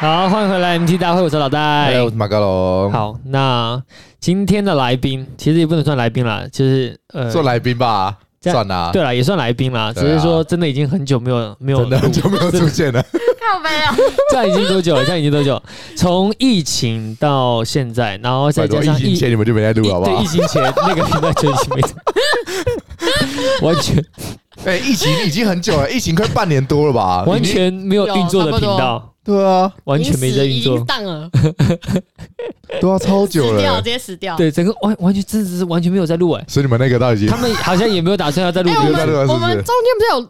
好，欢迎回来 MT 大会，我是老戴。 Hello，我是马高龙。，好，那今天的来宾其实也不能算来宾啦，就是呃，做来宾吧，这样算啦，对啦，也算来宾啦，只对啊是说真的已经很久没有没有真的录很久没有出现了。靠背啊，这样已经多久了？这样已经多久？从疫情到现在，然后再拜加托，上疫情前你们就没在录好不对好疫？情前那个频道就已经没完全哎，疫情已经很久了，疫情快半年多了吧？完已经全没有运作的频有差道，对啊， 完全没在运已作经死已经，荡 了，对啊，超久死掉，直了。接死掉。对整个完完全真的是完全没有在录哎、所以你们那个到底已经他们好像也没有打算要再录哎、这我个在吧，录了是们不是我们中间不是有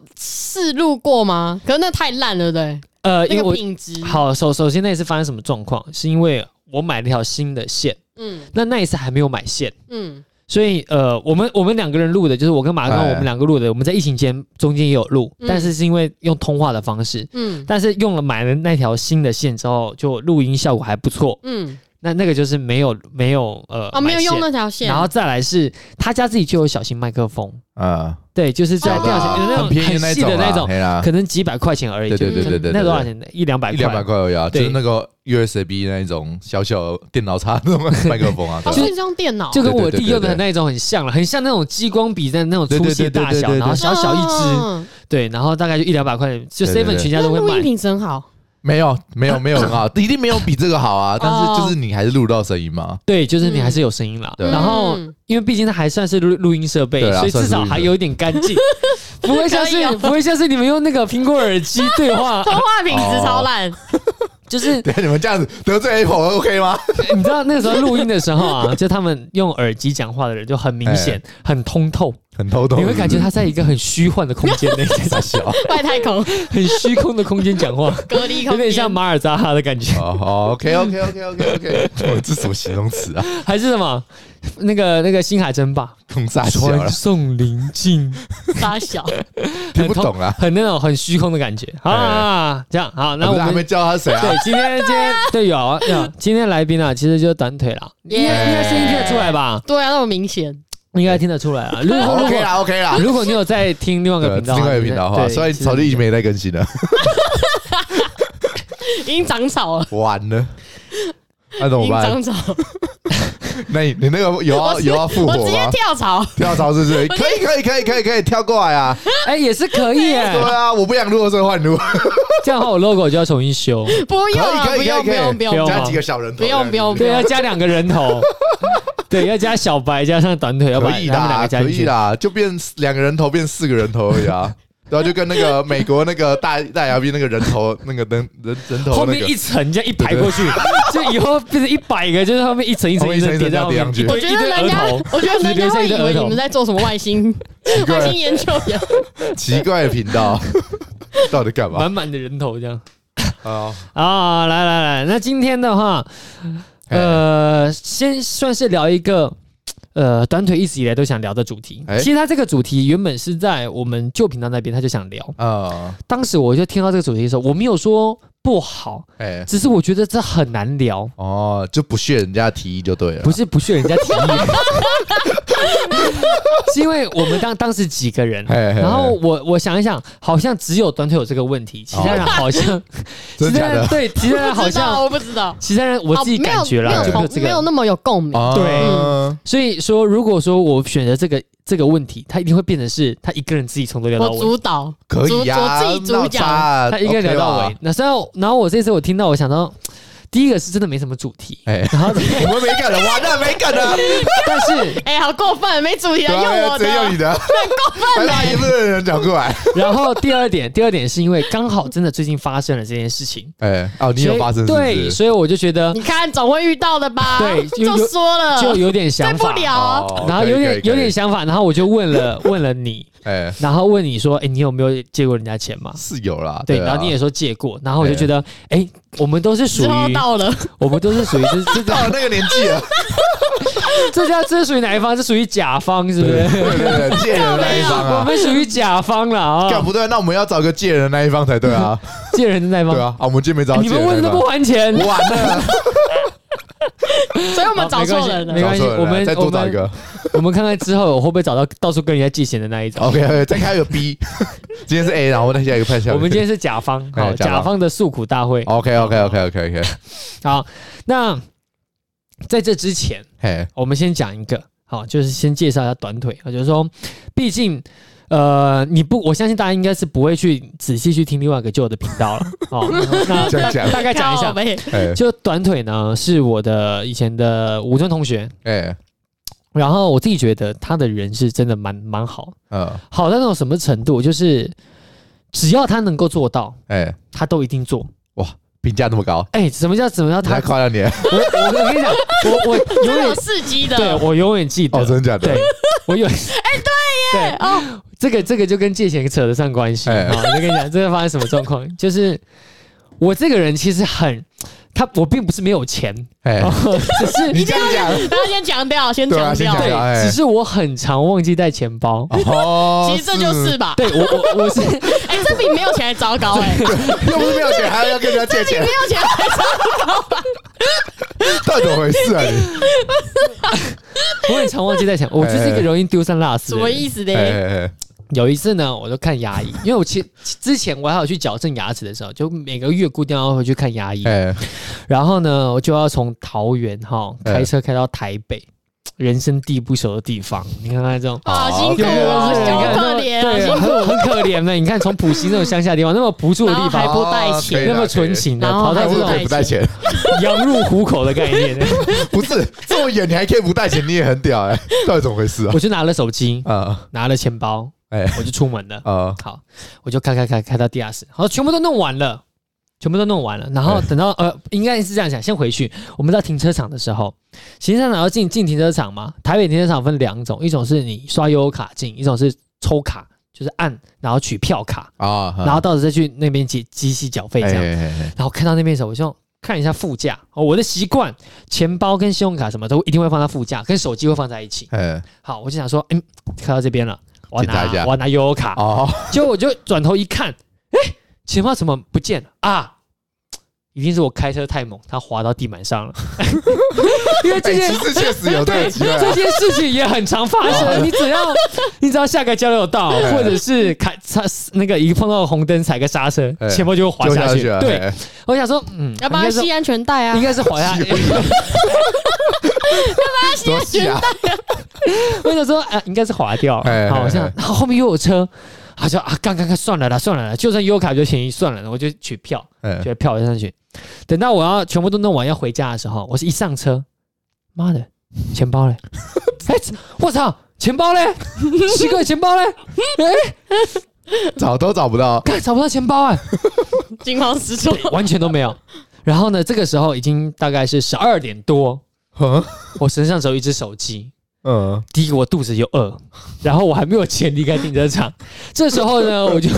试录过吗？可是那太烂了，对呃，不因对，为那我个品质。，好，首首先那一次发生什么状况？是因为我买了一条新的线，嗯那那一次还没有买线，嗯，所以呃，我们我们两个人录的，就是我跟马哥哎我们两个录的，我们在疫情间中间也有录，嗯但是是因为用通话的方式，嗯但是用了买了那条新的线之后，就录音效果还不错。嗯，那那个就是没有没有呃啊，没有买线用那条线，然后再来是他家自己就有小型麦克风，啊，对，就是在哦电脑前有那种很便宜的很细的那那种种，啊啦，可能几百块钱而已，对对对就对对，那多少对？钱？一两百一块，两百块而已啊，对就是那个 USB 那一种小小电脑插那种麦克 风啊，哦，对是吧这张电脑，就跟我对对弟对用的对对那一种很像了，很像那种激光笔的那种粗细对对对对大小，对对对然后小小一支，嗯，对，然后大概就一两百块，就对对 seven 对全家那都会录音买。品质很好，没有没有没有很好， 一定没有比这个好啊，但哦是就是你还是录到声音嘛，对，就是你还是有声音啦。对然 后，嗯因为毕竟它还算是录录音设备，对啊所以至少算是录音设备还有一点干 净，不会像可以是哦不会像是你们用那个苹果耳机对 话通，话品质超哦烂，就是对，你们这样子得罪 Apple OK 吗？你知道那时候录音的时候啊，就他们用耳机讲话的人就很明显、很通透，很头痛，你会感觉 他在一个很虚幻的空间内，傻笑。外太 空很虚空的空间讲 话，隔离空间，有点像马尔扎哈的感觉。哦好，OK OK OK OK OK，我这什么形容词啊？还是什么？那个那个星海争霸，空傻笑传了，送临近，沙小，听不懂啊。很那种很虚空的感觉。好、哎啊，这样好，那我我们还没们。叫他谁啊对，？今天今天对有啊，有今天来宾啊，其实就是短腿啦，应该哎应该声音听得出来吧？对啊，那么明显，应该听得出来啊。 如果哦如 OK 果啦 OK 啦，如果你有在听另外一个对，频道的话，另啊外一个频道的话，对虽然草地已经没在更 新了，已经长草了，完了，那怎已么经 办？长草，那你你那个有要我直有要复我活直接吗？跳槽，跳槽是不是？可以可以可以可以可以跳过来啊！哎也是可以哎 对，啊，我不想录的时候换录，这样的话我 logo 就要重新 修，不用啊，可以不可以用不可以可用以不不用用，加几个小人头不这样子，用不用不对，用要加两个人头，对，要加小白加上短腿，要把他可们以两个啦，加可进以去。啦，就变两个人头变四个人头而已 啊。然后就跟那个美国那个大大牙逼那个人头那个人人人头后那面个 一层这样一排过去， 就以后变成一百个，就是后面一层一层一层一层叠在叠上去一我堆觉一得堆人额家头，，我觉得人家会以为直接你们在做什么 外星怪外星研究员。奇怪的频 道，到底干嘛满满的人头这样。啊？啊，来来来，那今天的话，哎呃，先算是聊一个。呃，短腿一直以来都想聊的主题，哎其实他这个主题原本是在我们旧频道那边，他就想聊。啊，当时我就听到这个主题的时候，我没有说不好，哎，只是我觉得这很难聊，哦，就不屑人家提议就对了，啊不是不屑人家 提议，是因为我们当当时几个人，嘿嘿嘿然后我我想一想，好像只有短腿有这个问题，其他人好像，其哦 真他假人的？对其他人好不知道像，我不知道，其他人我自己哦没有感觉没啦，有就没有同这没有个。那么有共鸣。哦对所以说，如果说我选择这个这个问题，他一定会变成是他一个人自己从头聊到我尾。主导，可以啊呀，我自己主闹讲差啊，他一个人聊到 OK 尾吧。。那虽然我，然后我这次我听到，我想到，第一个是真的没什么主题，哎， 然后我们没梗了，完了没梗了，但是哎，好过分，没主题了，用啊我直接用的你的， 把大一部分人讲过来。 然后第二点，第二点是因为刚好真的最近发生了这件事情，哎，哦， 你有发生是不所以对，是？所以我就觉得你看总会遇到的吧？对就就说了，就有点对想不法，了啊。哦然后有点有，点可以想法，然后我就问了 问了你，可以哎，然后问你说，哎，你有没有借过人家钱嘛？是有啦，对，啊然后你也说借过，然后我就觉得，哎，我们都是属时候于，到了，我们都是属于这这到了那个年纪了，这家这是属于哪一方？是属于甲方，是不是？对对对，借人那一 方我啊。们属于甲方了干啊，不对，那我们要找个借人那一方才对啊，借人的那一对方，啊，啊，我们今天没找你借们人那问一都方不还钱，完了，所以我们找错人没了。关系找错人了我们再多找一个。我们看看之后我会不会找到到处跟人家借钱的那一种。 OK，, o 再开个 B，今天是 A，然后再下一个派下一个。我们今天是甲方，哎好，甲方哦甲方的诉苦大会。 OK OK OK OK OK，好，那在这之前，嘿，我们先讲一个，好，就是先介绍一下短腿。啊，就是说，毕竟，呃，你不，我相信大家应该是不会去仔细去听另外一个旧的频道 了。哦，那这样讲，大概讲一靠下，背哎就短腿呢是我的以前的五专同学，哎，然后我自己觉得他的人是真的蛮蛮好，嗯，好到那种什么程度，就是只要他能够做到，哎，他都一定做。评价那么高，哎、什么叫什么叫他太？夸张你了，我我我跟你讲，我我永这 远有刺激的，对我永远记得，哦，真的假的对？我有，哎、 对耶，哦，这个这个就跟借钱扯得上关系哎啊！我就跟你讲，这个发生什么状况， 就是我这个人其实很，他我并不是没有钱，哦哎，只是你这样讲，大家先强调，先对啊强先调强，调哎对，只是我很常忘记带钱包。 哦，其实这就是吧？对我我哦我是哎，这比没有钱还糟糕哎，又不是没有钱，还要跟人家借钱没，有钱还糟到底怎么回事啊？你我很常忘记带钱，我就是一个容易丢三落四什的么人。意思哎呢？哎哎，有一次呢，我就看牙医，因为我其之前我还有去矫正牙齿的时候，就每个月固定要回去看牙医。哎，然后呢，我就要从桃园哈哎开车开到台北，人生地不熟的地方。你看看这种。好辛苦有没有哦，就是你好看可怜啊，对，辛苦很很可怜的。你看，从普西那种乡下地方，那么朴素的地然后还方，不带哦钱可以啦那么纯情的，然后跑到可这以啦种还是可以不带钱，羊入虎口的概念， 不是这么远你还可以不带钱，你也很屌哎，到底怎么回事啊？我就拿了手机，啊拿了钱包，哎我就出门了。啊好，我就开开开开到地下室，好，全部都弄完了，全部都弄完了。然后哎等到呃，应该是这样想，先回去。我们到停车场的时候，行车场要进进停车场嘛，台北停车场分两种，一种是你刷悠游卡进，一种是抽卡，就是按然后取票卡，啊！哎然后到时再去那边机机器缴费这样。样，然后看到那边的时候，我就看一下副驾。哦，我的习惯，钱包跟信用卡什么都一定会放在副驾，跟手机会放在一起。哎，好，我就想说，嗯，开到这边了，我要检查一拿下我要拿悠游卡。哦， 结果我就转头一看，哎、钱包怎么不见了啊？一定是我开车太猛，它滑到地板上了。 因为哎，这件、其实确实有这个机会这啊，件事情也很常发 生。你只要你只要下个交流道，哎或者是开刹那个一碰到红灯踩个刹车，哎钱包就会滑就下下去。去了，对，哎，我想说，嗯，要帮他应该是系安全带啊应！该是 滑下哎系去。什么戏啊？我想说，啊，应该是滑掉。哎好，我想哎，然后后面又有车，他就啊，干干干，算了啦，算了啦，就算优卡比较便宜，算了啦，我就取票。哎就票上去。等到我要全部都弄完要回家的时候，我是一上车，妈的，钱包嘞！哎、我操，钱包嘞，奇怪，钱包嘞，哎找都找不到， 干找不到钱包啊、惊慌失措，。完全都没有。然后呢，这个时候已经大概是十二点多，嗯我身上只有一只手机。嗯，第一个我肚子又饿，然后我还没有钱离开停车场。这时候呢，我就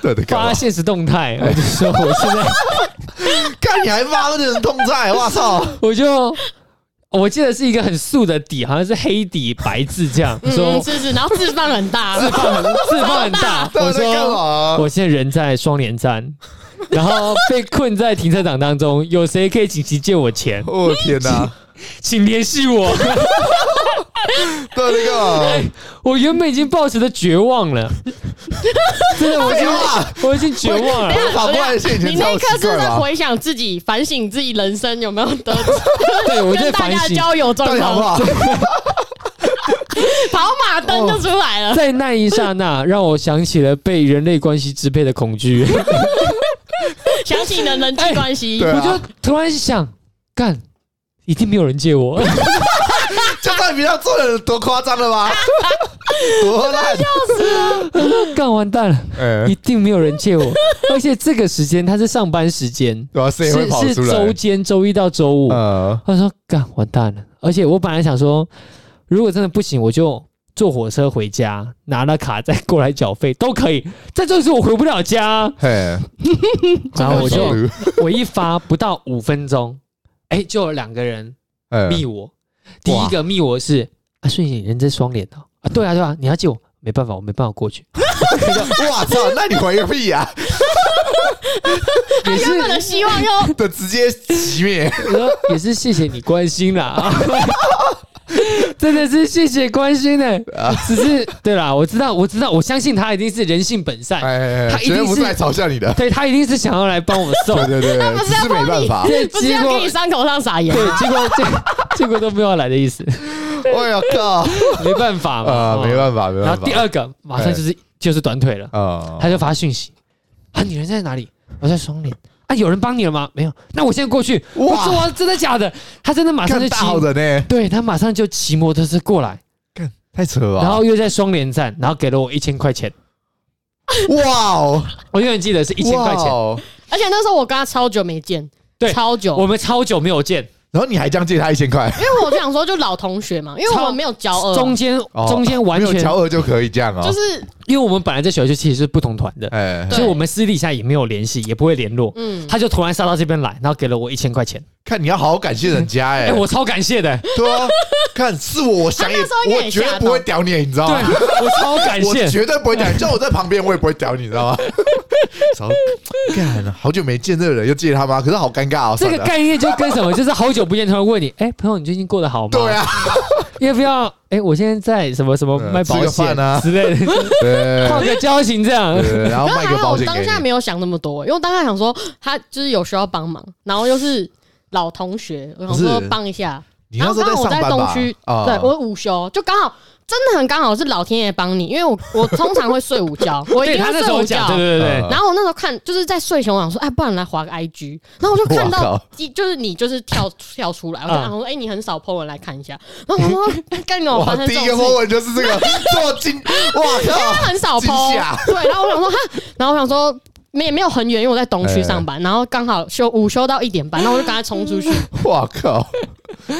对的，干嘛发现实动态，我就说我现在干你还发那种痛在，哇操！，我就我记得是一个很素的底，好像是黑底白字这样嗯，说是是，然后字放很大，字放很字放很大我 到底在干说嘛？哦我现在人在双连 站，然后被困在停车场当中，有谁可以紧急借我钱？我的天哪！请联系我。到底在干嘛？我原本已经抱持的绝望 了，真的，我已经我已经绝望了等。一下反啊过来是以前你那一刻超奇是怪吧啊在回想自己、反省自己人生有没有得对， 我在跟大反家的省。交友到状底好不况，好？跑马灯就出来了。在那一刹那，让我想起了被人类关系支配的恐惧。想起你的人际关系， 对我啊就，突然想，干，一定没有人借 我。就算你平常做的多夸张 了吧？多烂！干完蛋了， 哎一，定没有人借我。而且这个时间他是上班时间，对啊，谁会是跑出是周来？间周一到周五。呃，他说干完蛋了，而且我本来想说，如果真的不行，我就坐火车回家，拿了卡再过来缴费 都可以。但就是我回不了家啊，嘿，然后我手就榴我一发不到五分钟，哎、就有两个人哎密我。第一个密我是啊，顺姐，你人真双脸哦。啊，对啊，对啊，你要借我，没办法，我没办法过去。哇操！那你回个屁呀、也原本的是希望又的直接熄灭。呃也是谢谢你关心啦， 真的是谢谢关心呢、只是对啦，我知道，我知道，我相信他一定是人性本善，哎，他一绝定对不是是来嘲笑你的。对他一定是想要来帮我们 送对，对对，不是只要是没办 法。对，不是结要果给你伤口上撒盐， 对，结果这结果都没有要来的意 思，哎呀靠！没办法嘛，啊，没办法，没哎然办后第法。二个马上就是就是短腿了，啊他就发讯息啊，你人在哪里？我在双连啊，有人帮你了吗？没有，那我现在过去。哇我说啊真的假的？他真的马上就看骑大，好人呢，对他马上就骑摩托车过来，太扯了吧。然后又在双连站，然后给了我一千块钱，哇哦，我永远记得是一千块哇钱。哦。而且那时候我跟他超久没见，对超久，我们超久没有见，然后你还这样借他一千块，因为我想说就老同学嘛，因为我们没有交恶，中间哦中间完没有全，调额就可以这样哦。就是因为我们本来在小学其实是不同团的，哎，对所以我们私底下也没有联系，也不会联络。嗯，他就突然杀到这边来，然后给了我一千块钱，看你要好好感谢人家哎哎，。我超感谢的，对啊，看是我，我想也，他那时候应该我也绝吓对到不会屌你，你知道对吗？我超感哦 我谢。绝对不会屌你，叫我在旁边，我也不会屌你，你知道吗？超干，好久没见这个人，又见他吗？可是好尴尬哦，这个算了概念就跟什么，就是好久不见，突然问你，哎，朋友，你最近过得好吗？对，啊，要不要？哎，我现在在什么什么嗯卖吃保个险饭啊之类 的，对换个交情这样。对，然后然后卖还个好保我险给当下你，没有想那么多，因为我当下想说他就是有需要帮忙，然后又是老同学，我想说不是帮一下，你那时候然后上班刚好我吧在东区？啊对我午休就刚好。真的很刚好是老天爷帮你，因为我我通常会睡 午觉，我一对定他会那时睡候午讲，觉，对对对嗯对，然后我那时候看就是在睡前，我想说，哎，不然来划个 IG，然后我就看哇到靠啊一就是你就是跳跳出来，我就嗯想说，哎，你很少 po 文来看一下，然 后我说，干你我发哇，生第这一个种波事。纹就是这个做金，哇靠！他很少惊 po，吓对，然后我想说，哈，然后我想说。没也没有很远，因为我在东哎区上班，然后刚好休午休到一点半，然后我就赶快冲出去。嗯哇靠！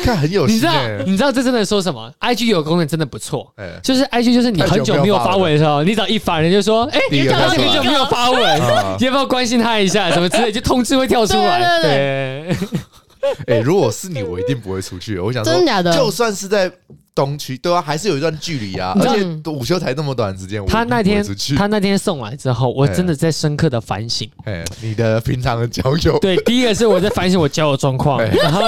看很有你知心道哎，你知道这真的说什么？IG 有个功能真的不错，哎就是 IG 就是你很久没有发文的时候，你只要一发人就说，哎，第一个他跳这出个来就没有发文，啊你要不要关心他一下什么之类，就通知会跳出来。对对哎，如果是你，我一定不会出去。我想说真的假的就算是在东区，对啊，还是有一段距离啊，你而知道嗯且午休才那么短时间，我一定他那不会天出去他那天送来之后，我真的在深刻的反省。哎，你的平常的交友，对，第一个是我在反省我交友状况，哎然后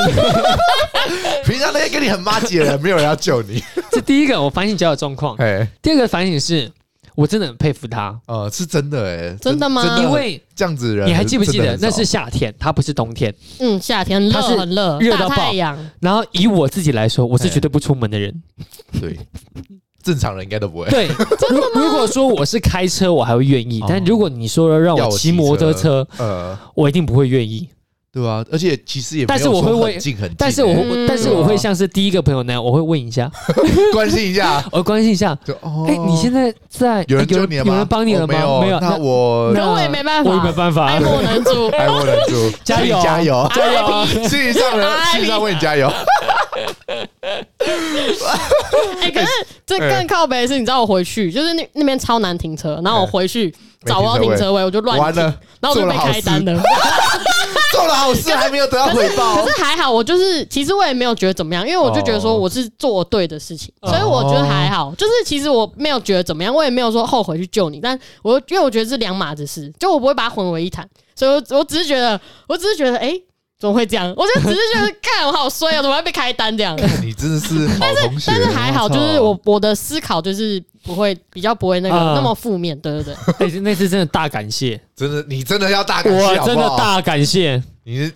平常那些跟你很妈姐的人，没有人要救 你。这第一个我反省交友状况，哎，第二个反省是我真的很佩服他，呃，是真的哎，真的吗很因为这样子的人，你还记不记得真的那很少是夏天，他不是冬天。嗯，夏天很热他是很热，热大到爆太阳，然后以我自己来说，我是哎绝对不出门的人。对正常人应该都 不 会。对，如如果说我是开车，我还会愿意哦；但如果你说让要我我骑骑摩托车车，呃，我一定不会愿意。对啊，而且其实也没有但是我会说为很近很近，但是我欸会，但是我会像是第一个朋友那样，我会问一下， 关心 一下，我关心一下，就哦，哎，你现在在哎有人有救人你了吗？有人帮你哦了吗？没有，没有，那 我那哎可我也没办啊我也法没，办法爱，莫 能助。爱我忍住，加心里油 加油，加油啊！心理上人，心理上为你加油。哎，可是这更靠北的是，你知道我回去就是那那边超难停车，然哎后我回去找不到停车位，我就乱完停，了，然后我就做了被好开单事，了。做了好事还没有得到回报可。是还好，我就是其实我也没有觉得怎么样，因为我就觉得说我是做对的事情，哦所以我觉得还好。就是其实我没有觉得怎么样，我也没有说后悔去救你，但我因为我觉得是两码子事，就我不会把它混为一谈，所以我我只是觉得，我只是觉得，哎、怎么会这样？我就只是觉得，看我好衰哦、怎么会被开单这样？你真的是好同学，但是还好，就是我我的思考就是不会比较不会那个、啊那么负面，对对对。那次那次真的大感谢，真的，你真的要大感谢，我好不好真的，大感谢。你是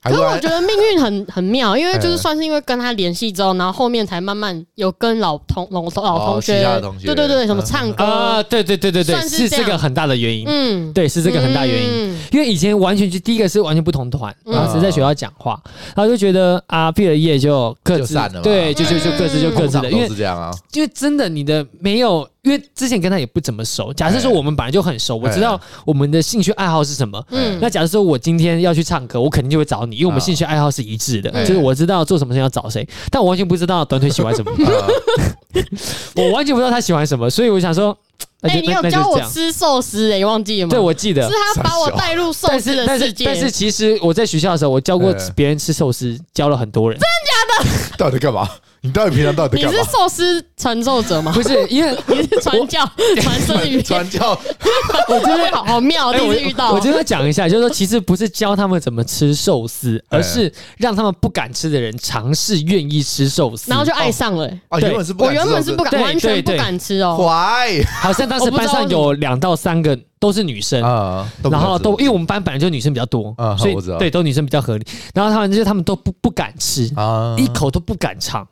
还可是是我我觉得命运很很妙，因为哎就是嗯算是因为跟他联系之后，然后后面才慢慢有跟老同老老同其哦学，他的同学对对对，什么唱啊，歌，对对对对对，哦算是是这这个样很大的原因，嗯，对，是这个很大原因。因。因为以前完全就第一个是完全不同团，嗯然后只是在学校讲话，然后就觉得啊，毕了业就各自就散了嘛对，就就就嗯各自就各通自常的，因都为是这样啊，因为真的你的没有，因为之前跟他也不怎么熟。假设说哎我们本来就很熟，我知哎道我们的兴趣爱好是什么。嗯那假设说我今天要去唱歌，我肯定就会找你，因为我们兴趣爱好是一致的，啊哎就是我知道做什么事情要找谁，但我完全不知道短腿喜欢什 么，啊我完全不知道他喜欢什么，所以我想说，那哎，就你那有那教就这我样。吃寿司哎，忘记了吗？对，我记得是他把我带入寿但司是的但世是界。但是，其实我在学校的时候，我教过嗯 别人吃寿司，教了很多人。到底干嘛？你到底平常到底你在干是嘛？寿司传授者吗？不是 因为你是传教传生鱼片？传教我觉得好好妙，哎第一我次遇到。我今天讲一下，就是说，其实不是教他们怎么吃寿司，而是让他们不敢吃的人尝试愿意吃寿司，然后就爱上了、欸啊，对原本是不我敢吃原肉，本是不敢，哦对完全不对对敢吃哦、怀好像当时班上有两到三个都是女生。啊，不然敢后吃都因为我们班本来就女生比较多，啊所我知道以对都女生比较合理。然后他们就是他们都不不敢吃，啊一口都不敢尝。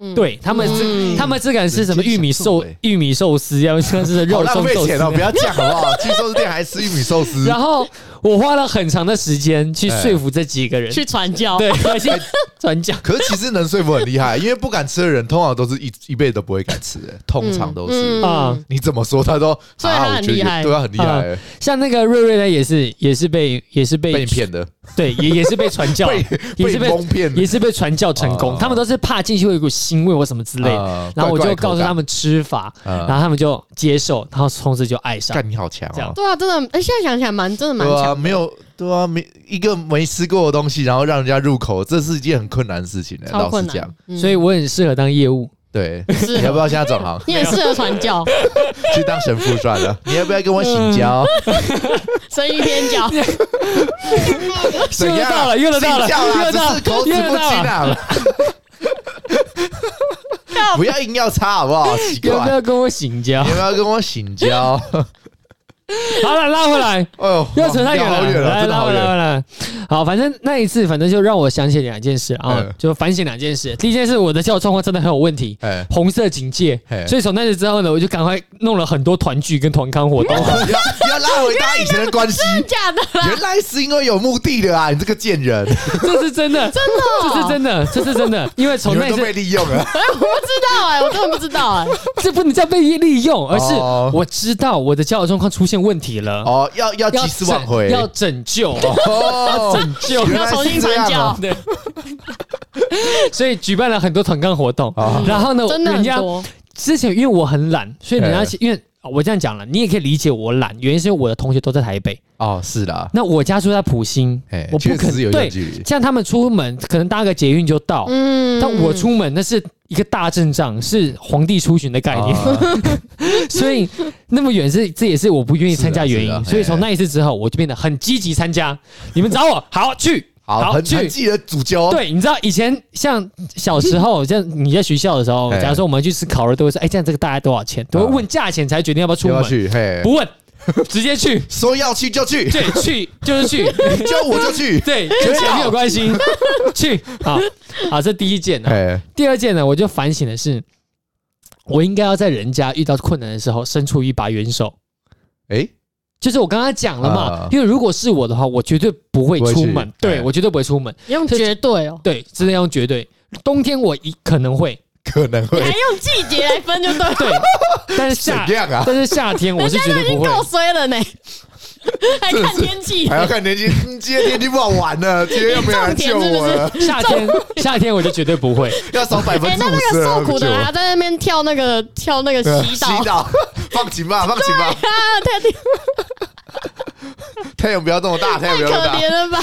嗯对他们只嗯他们只敢吃什么人间玉米享受寿欸玉米寿司，要像是肉好浪松费寿钱哦，不司。要这样好不好？去 寿司店还吃玉米寿司，然后我花了很长的时间去说服这几个人，去传教。嗯对，而且转角。可是其实能说服很厉害，因为不敢吃的人通常都是一一辈子都不会敢吃，欸通常都嗯是。啊 你怎么说他都所以他啊，我很觉得厉害对他很厉害，欸 像那个瑞瑞呢，也是也是被嗯也是被被你骗的，对，也也 是被传教，被也被是你蒙骗的也是被传教成功哦。他们都是怕进去会有一股腥味或什么之类的。啊然后我怪就怪口告诉感他们吃法，啊然后他们就接受，然后从此就爱上。干你好强这样哦，对啊，真的，哎、现在想起来蛮真的蛮对强、啊，没有对啊，没一个没吃过的东西，然后让人家入口，这是一件很困难的事情欸超老困实难讲，。嗯所以我很适合当业务，对，是你要不要现在转行你也适合传教，去当神父算 了？你要不要跟我请嗯教？生意偏教。怎 约得样到了啊？约得到了信教啊约得到只是口 齿约得不到清 啊！不要硬要插好不好？奇怪要，不要跟我请教你？要不要跟我请教？ 好了，拉回来，哎呦，又扯太哇远好了，远了，来真的拉好回来，拉远。回来。好，反正那一次，反正就让我想起两件事啊嗯，就反省两件事。第一件事，我的教育状况真的很有问题，哎，红色警戒嘿。所以从那次之后呢，我就赶快弄了很多团聚跟团康活动。哦要要拉回大家以前的关系。假的啦，原来是因为有目的的啊！你这个贱人， 这是真 的，真的哦这是真的，这是真的。因为啊你从们那都次被利 用了。哎、我不知道哎、我真的不知道哎、这不能叫被利用，而是哦我知道我的交友状况出现问题了，哦，要要要及时挽回。要 拯 救，哦，拯救。原要来重是新这样传教啊，对， 所以举办了很多团干活动哦，然后呢，真的人很家多。之前因为我很懒，所以人家嗯因为。哦我这样讲了，你也可以理解我懒，原因是因为我的同学都在台北，哦，是啦，那我家住在普星哎，我不确实可是有能对一段距离，像他们出门可能搭个捷运就到，嗯但我出门那是一个大阵仗，是皇帝出巡的概念，啊 所以那么远是这也是我不愿意参加原因。是啊是啊所以从那一次之后，我就变得很积极参加。你们找我，好去，好，很很去。记得主哦教。对，你知道以前像小时候，像你在学校的时候，哎啊假如说我们去吃烤肉，都会说，哎，这样这个大概多少钱？都会问价钱才决定要不要出要不要门，去？嘿，不问， 直接去，说要去就去，对，去 就是去，就我 就去。对，跟钱没有关 系，去，好，好，这第一件呢。哎，第二件呢，我就反省的是，我应该要在人家遇到困难的时候伸出一把援手。哎，就是我刚刚讲了嘛，啊因为如果是我的话，我绝对不会不会出去门，对哎我绝对不会出门，你用绝对哦、对，真的要用绝对。冬天我一可能会，可能你还会用季节来分就对了，对，但是夏 怎样啊？ 但是夏天我是绝对不会。够衰了呢、还真的看是天气还，要看年纪，嗯今天天气不好玩了，今天又没有人救我了，夏天，夏天我就绝对不会。要少百分哎、之那五那十个了，受苦的人还在那边跳那个跳那个对 啊祈洗祷，澡， 放晴 吧，放晴吧，啊，太太阳不要这么大，太阳太哎不要可这么大怜，了吧？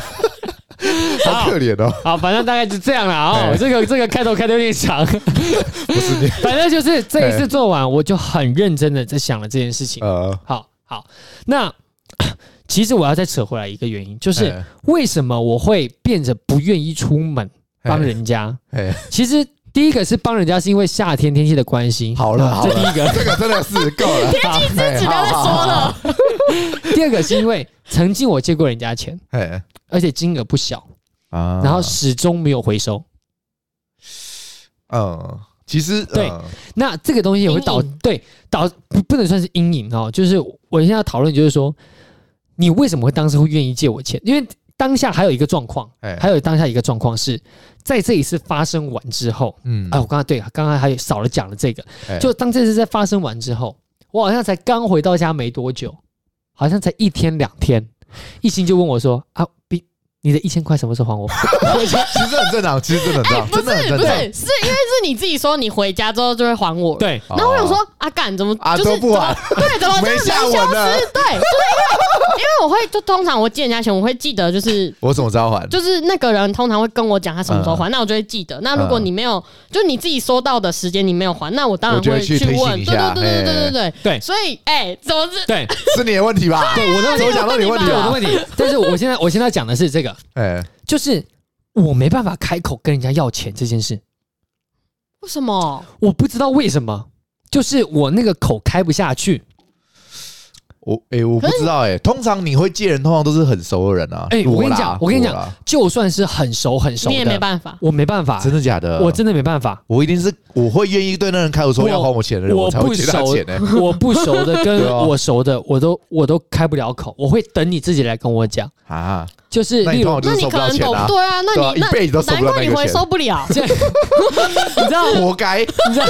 好好可怜哦。 好，反正大概就这样了啊、哎这个这个开头开的有点长，不是你， 反正就是这一次做完，我就很认真的在想了这件事情。呃，好好，那 其实我要再扯回来一个原因，就是哎为什么我会变得不愿意出门帮人家？哎，其实第一个是帮人家，是因为夏天天气的关系。好了好这了啊第一个。这个真的是够 了，好哎只不要再说，了，第二个是因为曾经我借过人家钱，哎而且金额不小，啊然后始终没有回收。嗯，其实对嗯那这个东西也会导阴影对导不不能算是阴影哦，就是我现在要讨论就是说，你为什么会当时会愿意借我钱？因为当下还有一个状况，哎还有当下一个状况是在这一次发生完之后，嗯哎、我刚才对，刚刚还有少了讲了这个，哎就当这次在发生完之后，我好像才刚回到家没多久，好像才一天两天，一心就问我说啊，比你的一千块什么时候还我？其实很正常，其实真的很正常，哎不是真的很正不是，常是因为是你自己说你回家之后就会还我，。 对，然后我想说，啊，干怎么啊就是都不还怎么对，怎么没就是下没文消了失？对，就是因为为我会就通常我借人家钱，我会记得就是我怎么知道还？就是那个人通常会跟我讲他什么时候还，那我就会记得。那如果你没有，就你自己收到的时间你没有还，那我当然我就会去去提醒问。一对下对对对对对对对所以哎，怎么是？对是你的问题吧？对，我那怎时么候讲到你的问题对我的啊？问题， 但是我现在我现在讲的是这个，哎，就是我没办法开口跟人家要钱这件事，为什么？我不知道为什么，就是我那个口开不下去。我哎，我不可是知道哎。通常你会借人，通常都是很熟的人啊。哎我跟你讲啦我跟你讲啦就算是很熟很熟你也没的，办法。我没办法真，的假的？我真的没办法。我一定是我会愿意对那人开口说要还我钱的人，我才会不借他熟 钱呢。，我不熟 的跟对啊我熟的，我都我都开不了口，我会等你自己来跟我讲。啊，就是那例你通如，常就那是收不你可到能钱懂啊。对啊，那对啊你一辈子都那收不到难那个怪你回钱收不了这，你知道，活该，你知道，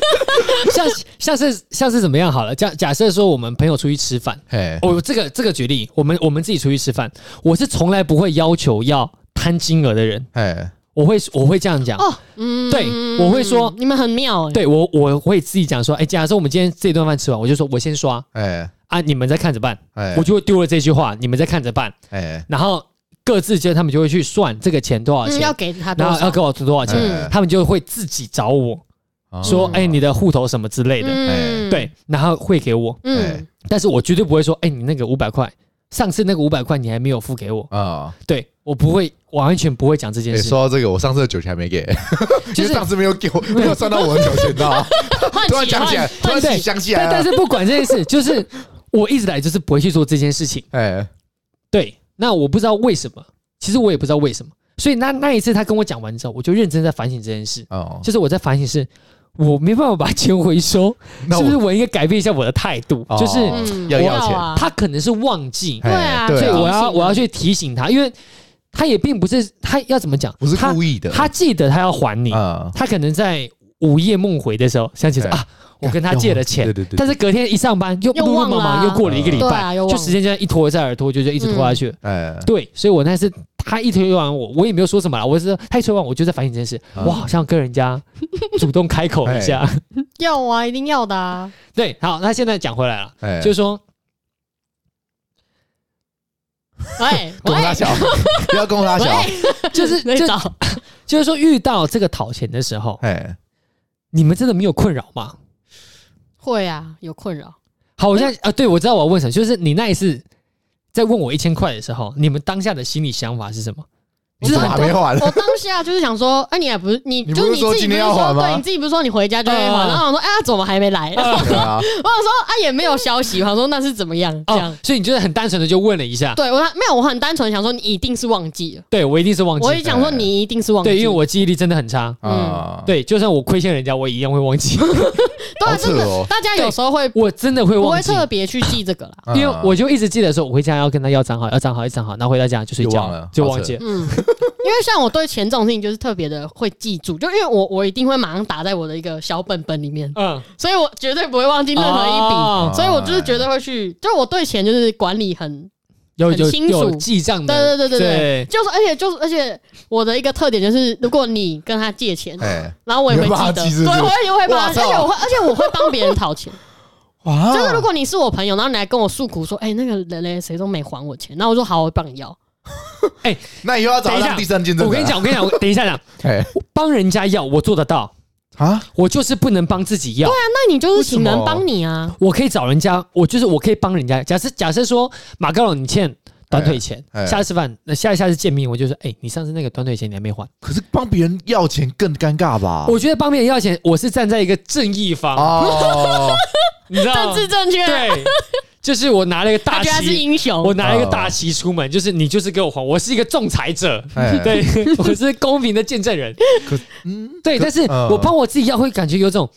像像是像是怎么样好了？假假设说我们朋友出去吃饭，嘿， 我、哦这个这个举例，我们我们自己出去吃饭，我是从来不会要求要贪金额的人，嘿，我会我会这样讲。哦，嗯对我会说你们很妙哎，对我，我会自己讲说，哎、假设我们今天这顿饭吃完，我就说我先刷哎，啊，你们再看着办，哎，我就会丢了这句话，你们再看着办，哎，然后各自就他们就会去算这个钱多少嗯，钱，要给他多然少？后要给我多少钱，嗯他们就会自己找我哦说，嗯哎、你的户头什么之类的，哎对，然后汇给我，哎嗯，但是我绝对不会说，哎、你那个五百块，上次那个五百块你还没有付给我，啊，对我不会，我完全不会讲这件哎，事，说到这个，我上次的酒钱还没给，就因为是上次没有给我，没有算到我的酒 钱到，换突然起想起来，突然对自己想起来啊但但了，是不管这件 事，就是我一直来就是不会去做这件事情。哎，对，那我不知道为什么，其实我也不知道为什么。所以那那一次他跟我讲完之后，我就认真在反省这件事，哦，就是我在反省是，我没办法把钱回收， 那是我不是我应该改变一下我的态度？哦就是嗯要要我钱啊他可能是忘记，哎对啊所对以啊我要提醒我要去提醒他，因为他也并不是他要怎么讲，不是他故意的，他记得他要还你，啊，他可能在午夜梦回的时候想起说对啊，我跟他借了钱对，对对，但是隔天一上班又又又忙忘了啊忙，又过了一个礼对拜，啊又忘嗯就时间这样一拖再而拖，就就一直拖下去。哎，对，所以我那次他一推完我，我也没有说什么啦，我是他一推完我就在反省这件事，嗯哎我好像跟人家主动开口一下。要啊，一定要的啊。 对，好，那现在讲回来了，哎，就是说喂，供他小， 不要供他小，喂， 就是 那就找就是说遇到这个讨钱的时候，哎，你们真的没有困扰吗？会啊，有困 扰。好，我现嗯在啊，对我知道我要问什么，就是你那一次在问我一千块的时候，你们当下的心理想法是什么？你就是怎么还没还？我当下就是想说，哎，你还不是你，你就不是是你说自己今不天是要还说，吗对，你自己不是说你回家就会啊还，然后我说，哎，他怎么还没来？ 我想 对啊，说，哎，也没有消息，我想说那是怎么样？这样哦，，所以你就是很单纯的就问了一下，对我没有，我很单纯想说，你一定是忘记了。对我一定是忘记我，也想说，你一定是忘记了，对，因为我记忆力真的很差。啊，，对，就算我亏欠人家，我一样会忘记。对啊，好扯真的哦，大家有时候会我真的会不忘会记，特别去记这个啦？因为我就一直记得说，我回家要跟他要账号，要账号，要账号，然后回到家就睡就觉忘了就忘记了。嗯，因为像我对钱这种事情就是特别的会记住，就因为我我一定会马上打在我的一个小本本里面，嗯，所以我绝对不会忘记任何一笔。哦所以我就是绝对会去，就我对钱就是管理很，有很有清楚有记账的，对对嗯对对对对，就是而且就是而且我的一个特点就是，如果你跟他借钱，哎，然后我也会你会帮记他记得，是对，不是我也会帮哇他，操啊而且我会而且我会帮别人 讨钱，哇就是如果你是我朋友，然后你来跟我诉苦说，哎，那个人嘞谁都没还我钱，那我说好，我帮你要，那以后要找上第三见证，我跟你讲，，我跟你讲，我等一下讲，哎，我帮人家要我做得到，啊，我就是不能帮自己要。那你就是请为什人么帮你啊，我可以找人家，我就是我可以帮人家。假设假设说马高龙你欠短腿钱，哎哎下次吃饭，那下下次见面我就说，哎，你上次那个短腿钱你还没还。可是帮别人要钱更尴尬吧？我觉得帮别人要钱，我是站在一个正义方， 哦，你知道政吗？治正确，啊 对，就是我拿了一个大他觉得他是旗，英雄，我拿了一个大旗出门，就是你就是给我还，我是一个仲裁者，哎 对我是公平的见证人。可嗯，对，但是嗯我帮我自己要，会感觉有种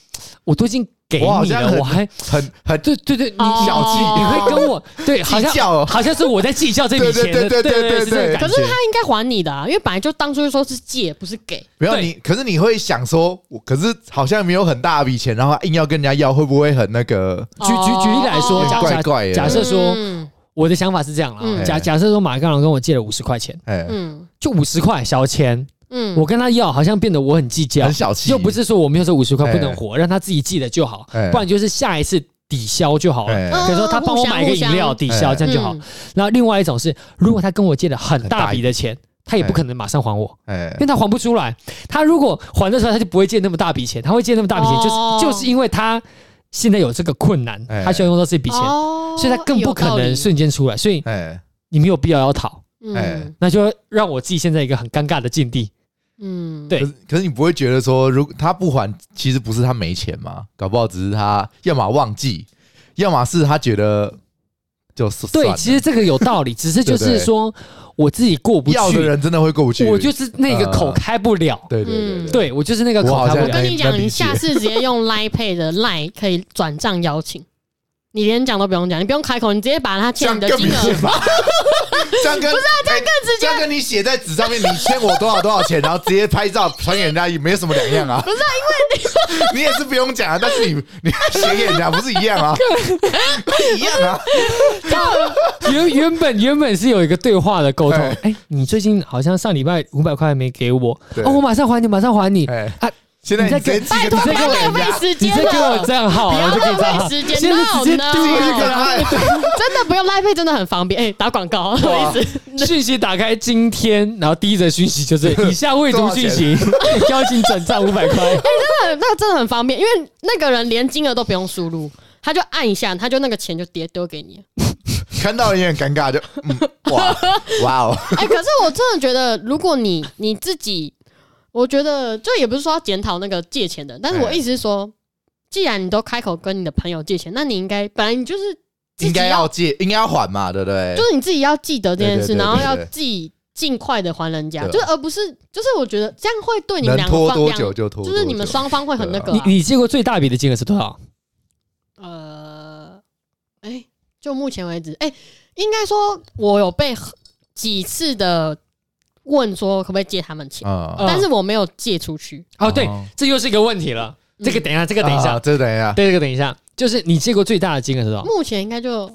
我都已经给你我好像了，很我还很很对对对，你哦小气你会跟我 对，好计像较哦，好像是我在计较这笔钱的，对对对对对对是这个对感可觉是他应该还你的啊，因为本来就当初就说是借，不是给。没有对你，可是你会想说，我可是好像没有很大笔钱，然后硬要跟人家要，会不会很那个？举哦举举例来说有点假设哦怪怪的假设说嗯我的想法是这样啦，嗯假假设说马刚龙跟我借了五十块钱，哎，嗯就五十块小钱，嗯我跟他要，好像变得我很计较很，小气，又不是说我没有这五十块哎不能活，让他自己记得就好，哎不然就是下一次。抵消就好了。哎嗯比如说他帮我买一个饮料互相抵消，这样就好嗯。那另外一种是，如果他跟我借了很大笔的钱，他也不哎可能马上还我，哎因为他还不出来。他如果还的时候，他就不会借那么大笔钱，他会借那么大笔钱，哦就是就是因为他现在有这个困难，哎他需要用到这笔钱，哦所以他更不可能瞬间出来。所以哎，你没有必要要讨，有道理哎嗯那就让我自己现在一个很尴尬的境地。嗯，对可是可是你不会觉得说，如果他不还，其实不是他没钱嘛，搞不好只是他要么忘记，要么是他觉得就是算对，了其实这个有道理，只是就对是不对说我自己过不要的去，人真的会过不去，我就是那个口呃开不了。对对对嗯对，我就是那个我口好开像不我了。跟你讲，能理你解下次直接用 Line Pay 的 Line 可以转账邀请，你连讲都不用讲，你不用开口，你直接把他这欠样你的更金明额，显吧？ 这样跟不是啊这样更直接，这样跟你写在纸上面，你欠我多少多少钱，然后直接拍照传给人家也没有什么两样啊。不是、因 为你你也是不用讲啊，但是你 你写给人家不是一样 啊？一样啊，原原本原本是有一个对话的沟通，哎哎、你最近好像上礼拜五百块没给我，对哦，我马上还你，马上还你，哎啊，现在你在你直接寄拜个托不大要给浪人费家。时你间再给我了这。样好，不要我就可以浪费这时样现间在直接 no，no 丢寄一一个啊个来 真的不用 Line Pay 真的很方便，哎、打广告，不好意思，讯息打开今天，然后第一则讯息 就是以下未读讯息， 邀请转账五百块，那那真的很方便，因为那个人连金额都不用输入，他就按一下，他就那个钱就叠丢给你了。看到人也很尴尬，就 嗯，哇哇哦，哎、可是我真的觉得，如果你你自己，我觉得就也不是说要检讨那个借钱的，但是我哎意思是说，既然你都开口跟你的朋友借钱，那你应该本来你就是应自己该要，要借，应该要还嘛，对不对就？是你自己要记得这件对事，对对然后要对对自己尽快的还人家，对啊就是而不是就是我觉得这样会对你们能两个拖方多两久就拖多久，就是你们双方会很那个、啊你你借过最大笔的金额是多少？呃，哎、就目前为止，哎、应该说我有被很几次的问说可不可以借他们钱，啊嗯但是我没有借出去。嗯哦，对，这又是一个问题了，这个等一下，这个等一下啊，这等一下，对，这个等一下，就是你借过最大的金额是多少？目前应该就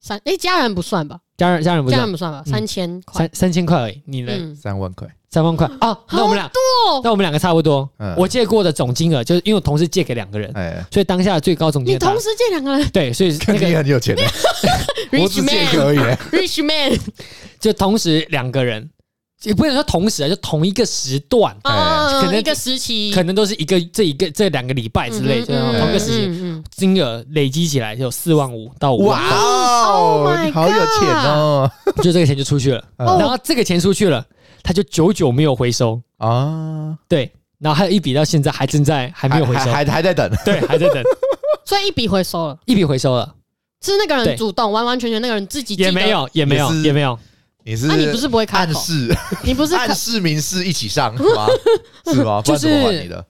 三，哎、家人不算吧？家人家人不家是人不算吧？嗯三千块三，三千块而已，你呢？嗯，三万块，三万块啊，那我们俩哦，那我们两个差不多。嗯我借过的总金额，就是因为我同时借给两个嗯人，哎，所以当下的最高总金你额大同时借两个人对，所以肯那定个很有钱的，我只，rich 借一个 man，rich 而 已。 man， 就同时两个人，也不能说同时啊，就同一个时段，啊，哎可能一个时期，可能都是一个这一个这两个礼拜之类，嗯哼就同一个时期，嗯嗯嗯金额累积起来就有四万五到五哇万， Oh 哦 my，你好有钱哦！就这个钱就出去了。嗯哦然后这个钱出去了，他就久久没有回收，啊，对。然后还有一笔到现在还正在还没有回收，还还还在等。对，还在 等，所以一笔回收了，一笔回收了是那个对人主动，完完全全那个人自己记也得没。有，也没有也，是也没有，你是那你不是不会开暗口？示你不是暗示民事一起 上是吗？是吗？不然怎么还你的？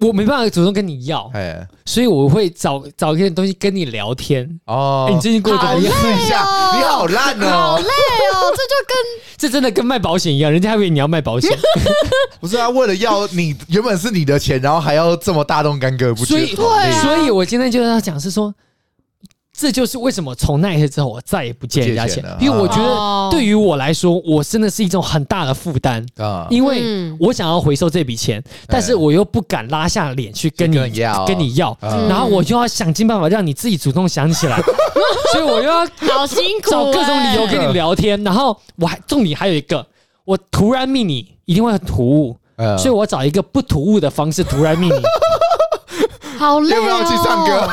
我没办法主动跟你要，哎所以我会找找一些东西跟你聊天。哦哎、，你最近过得怎么样？等一下，你好烂哦 好哦！累哦，这就跟这真的跟卖保险一样，人家还以为你要卖保险，不是啊，为了要你原本是你的钱，然后还要这么大动干戈，不所以觉得哦好累对啊所以我今天就是要讲是说，这就是为什么从那一次之后我再也不借人家不借钱钱了，因为我觉哦得对于我来说，我真的是一种很大的负担，啊？因为嗯我想要回收这笔钱，但是我又不敢拉下脸去跟你嗯去跟你要跟你要，嗯然后我就要想尽办法让你自己主动想 起来，所以我又要好辛苦、欸，找各种理由跟你聊天，啊然后我还重点还有一个，我突然密你一定会很突兀，嗯所以我找一个不突兀的方式突然密你，好累、哦。要不要去唱歌？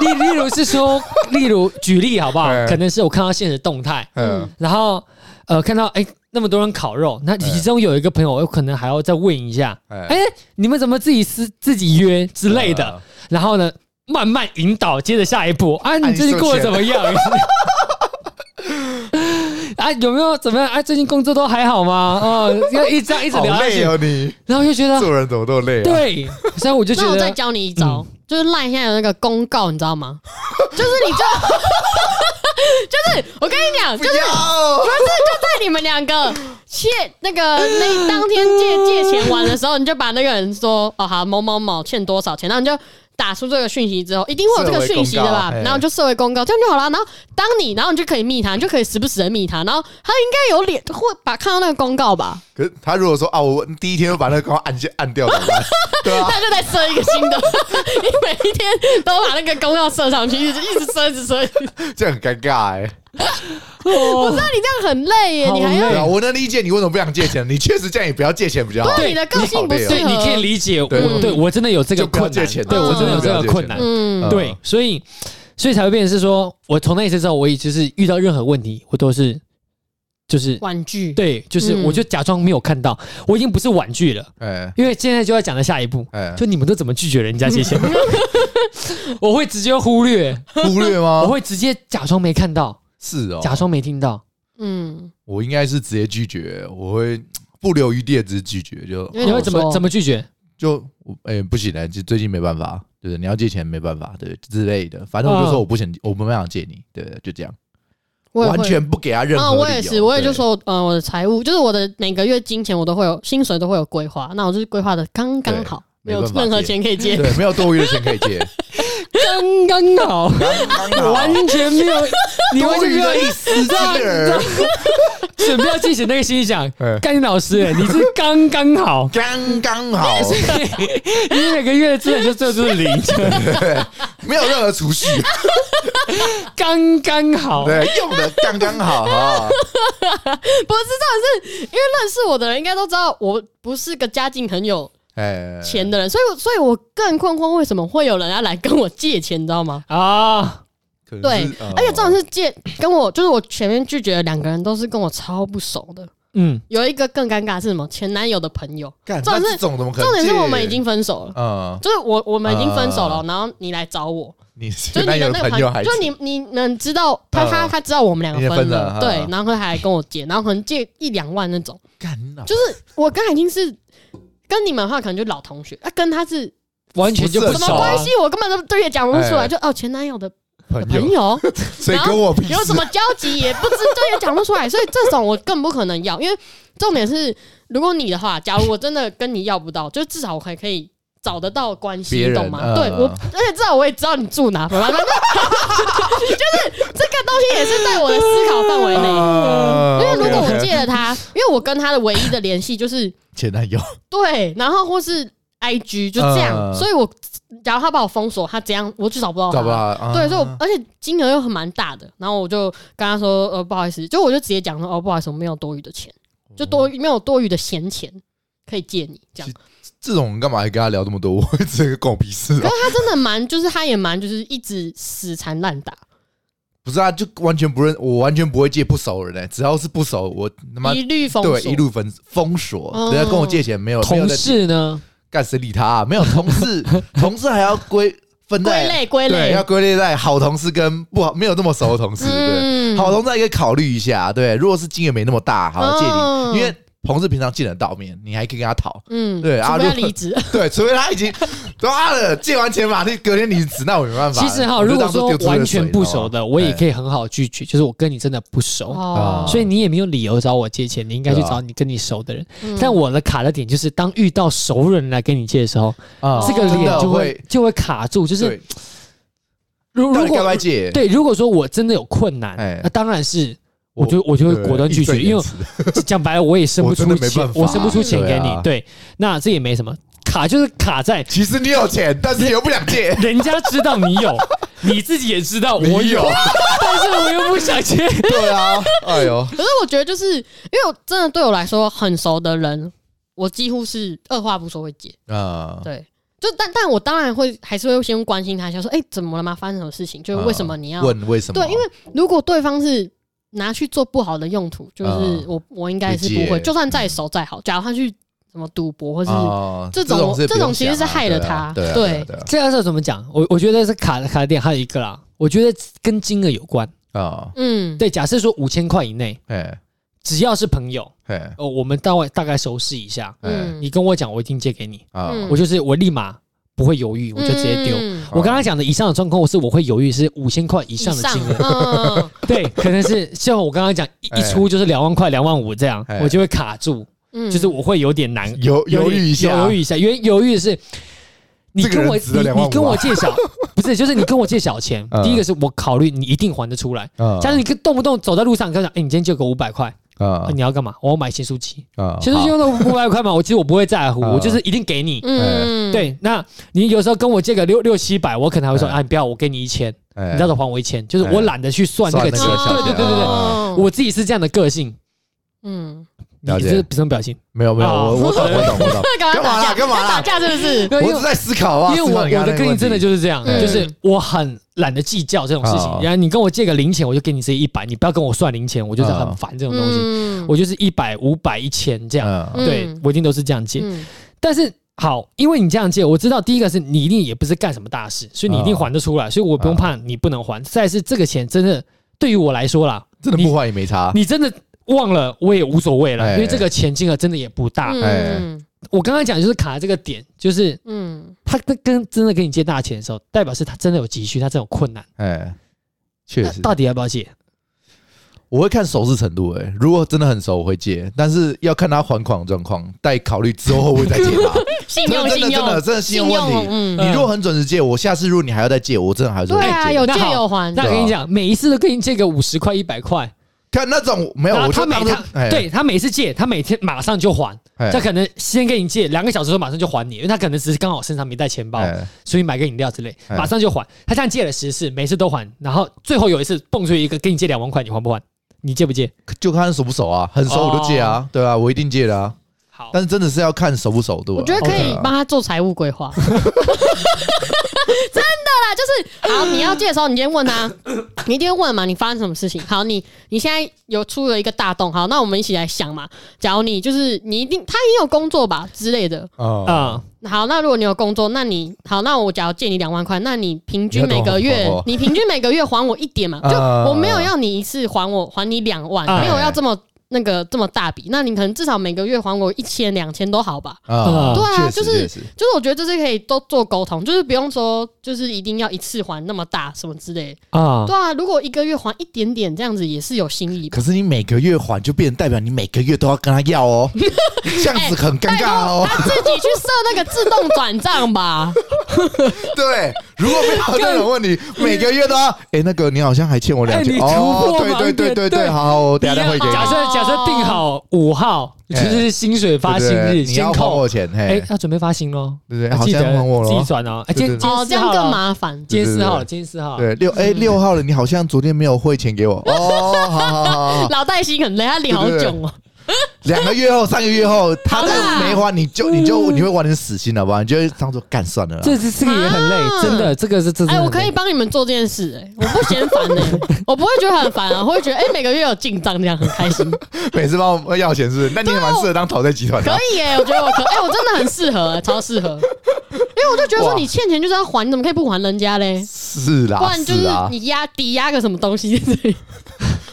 例例如是说，例如举例好不好？嗯可能是我看到现实动态，嗯然后呃看到哎、那么多人烤肉，那其中有一个朋友，我可能还要再问一下，哎、啊哎你们怎么自己私自己约之类啊的，然后呢慢慢引导，接着下一步啊，你最近过得怎么样？ 啊，有没有怎么样？啊，最近工作都还好吗？哦，要一直这样一直好聊下去，累哦！你然后就觉得做人怎么都累啊？对，所以我就觉那我再得教你一招，嗯就是赖现在有那个公告，你知道吗？ 就是你就，就是我跟你讲，不就是要不是就在你们两个借那个那当天借借钱玩的时候，你就把那个人说哦好某某某欠多少钱，然后你就。打出这个讯息之后，一定会有这个讯息的吧设为公？告嘿哎然后就设为公告，这样就好了。然后当你，然后你就可以密他，你就可以时不时的密他，然后他应该有脸会把看到那个公告吧？可是他如果说啊，我第一天就把那个光按下按掉怎 么办？对啊，他就再设一个新的，你每一天都把那个功要设上去，一直一直设，一直设。一直设这样很尴尬哎、哦那你这样很累耶，好你还要累对啊，我能理解你为什么不想借钱，你确实这样也不要借钱比较好。对你的个性不适合。对，哦你可以理解我，对我对我真的有这个就不要困难借钱，了对我真的有这个困难，嗯嗯对，所以所以才会变成是说，我从那一次之后，我也就是遇到任何问题，我都是就是婉拒。对，就是嗯我就假装没有看到，我已经不是婉拒了，哎因为现在就要讲的下一步，哎，就你们都怎么拒绝人家谢 谢，我会直接忽略，忽略我吗？会直接假装没看到，是哦，假装没听到，嗯，我应该是直接拒绝，我会不留余地的直接拒绝，就因为你会怎么怎么么拒绝？就我哎、不行了，就最近没办法，就是你要借钱没办法，对之类的，反正我就说我不想，嗯我没办法借你，对，就这样，完全不给他任何啊，理由我也是，我也就对说，呃，我的财务就是我的每个月金钱，我都会有薪水都会有规划，那我就是规划的刚刚好，没对有没办法任何钱可以借。对，没有多余的钱可以借，刚刚 好，完全没有，你完多全余没有的一丝之儿，准备要进行那个心里想， 嗯，干你老师、欸，你是刚刚好 刚刚好，你每个月的资本就这就是零，没有任何储 蓄， 刚刚好。对，用的刚刚好 啊， 不是，这是因为认识我的人应该都知道，我不是个家境很有哎，钱的人，所以我，所以我更困惑，为什么会有人要来跟我借钱，你知道吗？啊，可能对哎是，呃而且这种是借跟我，就是我前面拒绝的两个人都是跟我超不熟的。嗯，有一个更尴尬是什么？前男友的朋友。干重点那是这种怎么可能？重点是我们已，经分手了，嗯，就是我我们已经分手了，啊然后你来找我，你就前是男你的友那个朋友还就你你能知道他他嗯他知道我们两你个也分分了了，嗯对，嗯然后还跟我借，然后可能借一两万那种，干了，就是我刚才已经是。跟你们的话可能就老同学，啊，跟他是完全就不什熟、么啊。关系，我根本都对也讲不出来，哎就哦前男友的朋朋友，友，所以然后跟我平有什么交集也不知，这也讲不出来，所以这种我更不可能要，因为重点是，如果你的话，假如我真的跟你要不到，就至少我还可以找得到关系，别你人懂吗？嗯对我，而且至少我也知道你住哪，反正 就是这个东西也是在我的思考范围内。因啊为如果我 OK，OK 借了他，因为我跟他的唯一的联系就是前男友，哦对，然后或是 I G 就这样，嗯所以我假如他把我封锁，他怎样我就找不到他好了。吧？啊对，所以我而且金额又很蛮大的，然后我就跟他说，呃，不好意思，就我就直接讲说，哦，不好意思，我没有多余的钱，就哦多没有多余的闲钱可以借你这样。这种干嘛还跟他聊这么多？我会直接狗屁事可哦是！他真的蛮，就是他也蛮，就是一直死缠烂打，不是啊，就完全不认，我完全不会借不熟人欸只要是不熟，我他妈一律封锁。对一路封封锁。嗯人家跟我借钱没有没有同在事呢？干谁理他啊？没有同 事，同事还要归分归在类归对，类要，归类在好同事跟不好没有那么熟的同事。对，嗯好同事还可以考虑一下。对，如果是金额没那么大，好借嗯你，因为同事平常见得到面，你还可以跟他讨。嗯对啊除非他如果离职， 对，除非他 已经抓了，借完钱马上隔天离职，那我没办法。其实哈，我就如果当作说丢出去的完全水不你知道熟吗的，我也可以很好拒绝，就是我跟你真的不熟，啊哦，所以你也没有理由找我借钱，你应该去找你跟你熟的人。嗯但我的卡的点就是，当遇到熟人来跟你借的时候，啊这个哦脸就会真的就会卡住，就是对，如到如底该果不该借？对，如果说我真的有困难，哎那当然是我我就我就会对果断拒绝，义正因言 为辞讲白了我也生不我真出的没钱办，法我生不出钱给你对啊。对，那这也没什么，卡就是卡在，其实你有钱，但是你又不想借人家知道你 有，你自己也知道 我你有有，但是我又不想 借。对啊， 哎呦，可是我觉得就是因为我真的对我来说很熟的人，我几乎是二话不说会借。啊，对，就但但我当然会还是会先关心他一下，说哎、怎么了吗？发生什么事情？就是为什么你要？啊问为什么？对，因为如果对方是拿去做不好的用途，就是嗯我、我应该是理不解嗯会，就算再熟再好，假如他去什么赌博或是、啊这种是不用这种其实是想啊害了对啊他对啊对对啊对这个是怎么讲？我我觉得是卡卡的点还有一个啦，我觉得跟金额有关。啊啊，嗯，对，假设说五千块以内，哎只要是朋友，哎哦，我们大概大概熟识一下，哎你跟我讲，我一定借给你。啊嗯我就是我立马不会犹豫，我就直接丢。嗯我刚刚讲的以上的状况，我是我会犹豫是五千块以上的金额，嗯，对，可能是像我刚刚讲一哎一出就是两万块、两万五这样，哎我就会卡住，嗯就是我会有点难犹有犹点豫一下，犹豫一下，因为犹豫的是你这个跟我人值得你25,000你跟我借 小，不是就是你跟我借小钱，啊嗯第一个是我考虑你一定还得出来，啊假如你跟动不动走在路上跟我讲，哎，你今天借个五百块，啊啊你要干嘛？我要买咸酥鸡，啊咸酥鸡用到五百块嘛，我其实我不会在乎，嗯我就是一定给你。嗯，，哎对，那你有时候跟我借个六六七百，我可能还会说嗯啊，你不要，我给你一千，你你到时候还我一千，就是我嗯懒得去算这个哎算钱那。个对对对对对，哦我自己是这样的个性。嗯，你了解这是什么表情？没有没有，啊我我懂我懂我懂，干干嘛啦干嘛啦打架是不是？对，因我为只在思考啊，因为思我考我你刚刚的个那个性问真的题就是这样，嗯就是我很懒得计较这种事情哦。然后你跟我借个零钱，我就给你这一百，你不要跟我算零钱，我就是啊很烦这种东西。嗯我就是一百、五百、一千这样，嗯嗯对我一定都是这样借。嗯但是好，因为你这样借，我知道第一个是你一定也不是干什么大事，所以你一啊定还得出来，所以我不用怕你不能还。再来是这个钱真的对于我来说啦，真的不换也没差，你真的忘了我也无所谓了，啊哎因为这个钱金额真的也不大。哎嗯我刚刚讲就是卡这个点，就是 嗯，他跟跟真的给你借大钱的时候，代表是他真的有急需，他真的有困难，哎，确那实，到底要不要借？我会看熟识程度，哎，如果真的很熟，我会借，但是要看他还款的状况，待考虑之后会不会再借 他。信真用的真的信真的用真的信用问题。嗯，你如果很准时借，我下次如果你还要再借，我真的还是会对借啊，有借哎那好有还，那我跟你讲，每一次都跟你借个五十块、一百块，看那种没有，然后哎我就啊他每当哎作他对他每次借，他每天马上就还，他可能先跟你借两个小时后马上就还你，因为他可能只是刚好身上没带钱包，哎所以买个饮料之类，哎马上就还。他这样借了十次，每次都还，然后最后有一次蹦出一个跟你借两万块，你还不还？你借不借？就看熟不熟啊，很熟我就借哦啊，对啊，我一定借的啊。好，但是真的是要看熟不熟度啊。我哦觉得可以 OK 啊帮他做财务规 划。真的啦，就是好，你要借的时候，你先问他，你一定会问嘛，你发生什么事情？好，你你现在有出了一个大洞，好，那我们一起来想嘛。假如你就是你一定他一定有工作吧之类的。啊，啊、好，那如果你有工作，那你好，那我假如借你两万块，那你平均你要每懂个月我，你平均每个月还我一点嘛？啊就我没有要你一次还我还你两万，哎没有要这么那个这么大笔，那你可能至少每个月还我一千两千都好吧？啊对啊确实就确是实就是我觉得这是可以都做沟通，就是不用说，就是一定要一次还那么大什么之类的。啊，对啊，如果一个月还一点点，这样子也是有心意吧。可是你每个月还，就变成代表你每个月都要跟他要哦，这样子很尴尬 哦。自己去设那个自动转账吧，对，如果没有这种问题，每个月都要。哎，那个你好像还欠我两哎千你哦突破，对盲对对点对对，对好，我等一下再汇给你你要。假设假设定好五号，就哎是薪水发薪对日，对对你先要还扣我。钱，哎嘿，，要准备发薪喽，对对，啊好记像得还我自己了。转哦。哎，今对天对对哦，这样更麻烦。今天对对四对号了，今天四号了。对，六哎六号了，你好像昨天没有汇钱给我哦，好好好好，老带新很累，他脸好囧哦。两个月后、三个月后，他好啦再没还，你就你就你会玩成死心了吧？你就会当做干算了啦。这这这个也很累，啊真的，这个是真的哎，很累。我可以帮你们做这件事，哎，我不嫌烦 哎，我不会觉得很烦啊，我会觉得哎每个月有进账这样很开 心。每次帮我们要钱是不是？那你也蛮适合当讨债集团的可啊。以耶，我觉得我可，哎，我真的很适合哎，超适合。因为我就觉得说哇你欠钱就是要还，你怎么可以不还人家嘞？是啊不啦，然就是是啊啦，你压抵押个什么东西在 这里。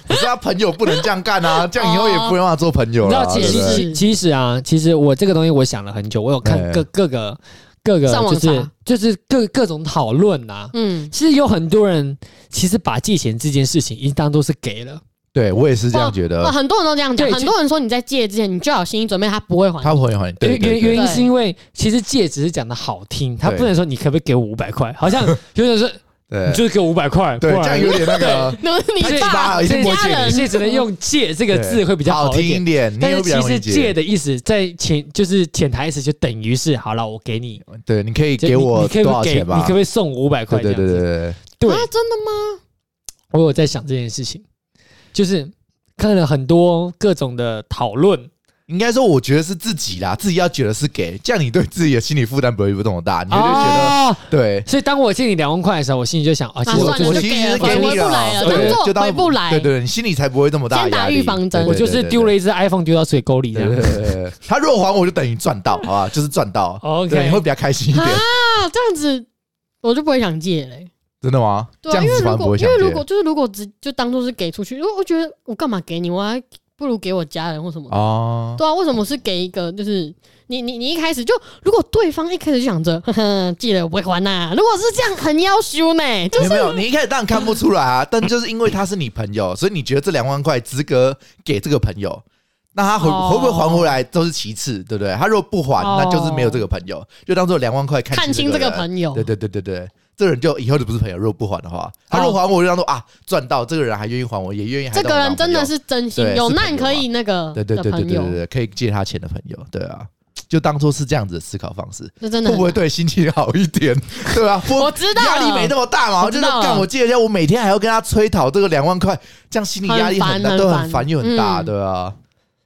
可是他朋友不能这样干啊，这样以后也不用让他做朋友你知了道，啊。其对不实对其其实啊，其实我这个东西我想了很久，我有看哎各各个各个上网就是查就是各各种讨论呐。嗯，其实有很多人其实把借钱这件事情已经当做是给了，对我也是这样觉呃得。哇，很多人都这样讲，对很多人说你在借之前，你就要有心理准备，他不会还。他朋友很对原对原原对，因是因为其实借只是讲的好听，他对不能说你可不可以给我五百块，好像有点说你对就是给我五百块，对，不这然样有点那个那 你太鸡巴爸了，一定不会家借人你。所以只能用“借” 这个字会比较好好一点听一。点，你但也是比其较容易实借借。的意思，在潜就是潜台词就等于是好了，我给你，对，你可以就给我你可以多不少给钱你吧可不？可以送五百块对这对样子？对对对，对 啊，真的吗？我有在想这件事情，就是看了很多各种的讨论，应该说我觉得是自己啦，自己要觉得是给，这样你对自己的心理负担不会这么大，你就觉啊，得对。所以当我借你两万块的时候，我心里就想啊，其啊，实我我算就了，是就其实给给了，回你不了来了，对当就做当回不来对。对，你心里才不会这么大先压打力。预防针对我就是丢了。一只 iPhone 丢到水沟里这对样对。对对对对对他若还我，就等于赚到，好吧？就是赚到。哦 OK 对你会比较开心一点。啊，这样子我就不会想借嘞。真的吗？这对样啊，因为子如反而不果会因想为如借果就是如果只就当做是给出去，因为我觉得我干嘛给你，我还不如给我家人或什么的。哦。对啊，为什么是给一个？就是你你你一开始就，如果对方一开始就想着呵呵借了我不会还呐、如果是这样很要羞呢，就没有没有，你一开始当然看不出来啊， 但就是因为他是你朋友，所以你觉得这两万块值得给这个朋友。那他回哦会不会还回来都是其次，对不对？他如果不还，哦那就是没有这个朋友，就当做两万块看看清清这个人朋友对对对对对，这个人就以后就不是朋友。如果不还的话，他如果还我，就当做啊赚到，这个人还愿意还我，也愿意还这当我个人男朋真友的是真心对有是朋友啊难可以那个对对的对对朋对友对，对，可以借他钱的朋友，对啊，就当做是这样子的思考方式，这真的会很不会对心情好一点？对吧？不我知道了压力没那么大嘛，我我就知是道了干我借人家，我每天还要跟他催讨这个两万块，这样心理压力很大，烦都很很烦烦又很大，嗯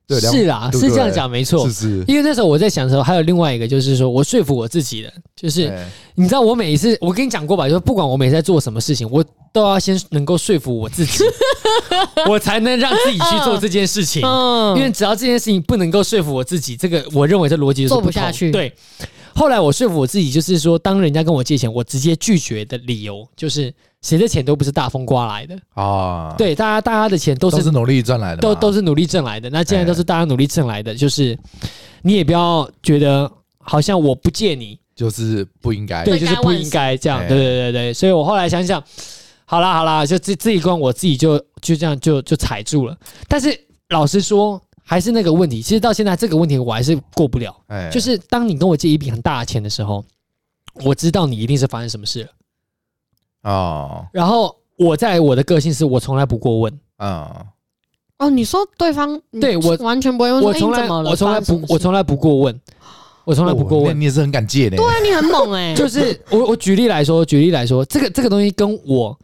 对啊，对，两是啦，对不是这样对讲没错是。是，因为那时候我在想的时候，还有另外一个就是说我说服我自己的，就是哎你知道我每一次我跟你讲过吧，就是不管我每次在做什么事情，我都要先能够说服我自 己，我才能让自己去做这件事情。嗯因为只要这件事情不能够说服我自己，这个我认为这逻辑就是做不同下去对，后来我说服我自己，就是说，当人家跟我借钱，我直接拒绝的理由就是，谁的钱都不是大风刮来的，啊，，对，大家大家的钱都都是是努力赚来的嘛，哎都都是努力挣来的。那既然都是大家努力挣来的，就是你也不要觉得好像我不借你，就是不应该，对，就罪该是不万应死该这样。哎对对对对，所以我后来想想，好啦好啦，就自自己关我自己就就这样就就踩住了。但是老实说，还是那个问题，其实到现在这个问题我还是过不了。哎，就是当你跟我借一笔很大的钱的时候，我知道你一定是发生什么事了。哦，然后我在我的个性是我从来不过问，嗯，哦，你说对方你对我完全不会问说，我哎从你来怎么了我从来发不生什么事我从来不过问，我从来不过哦那问。你也是很敢借呢，对啊，你很 猛哎，就是我我举例来说，举例来说，这个这个东西跟我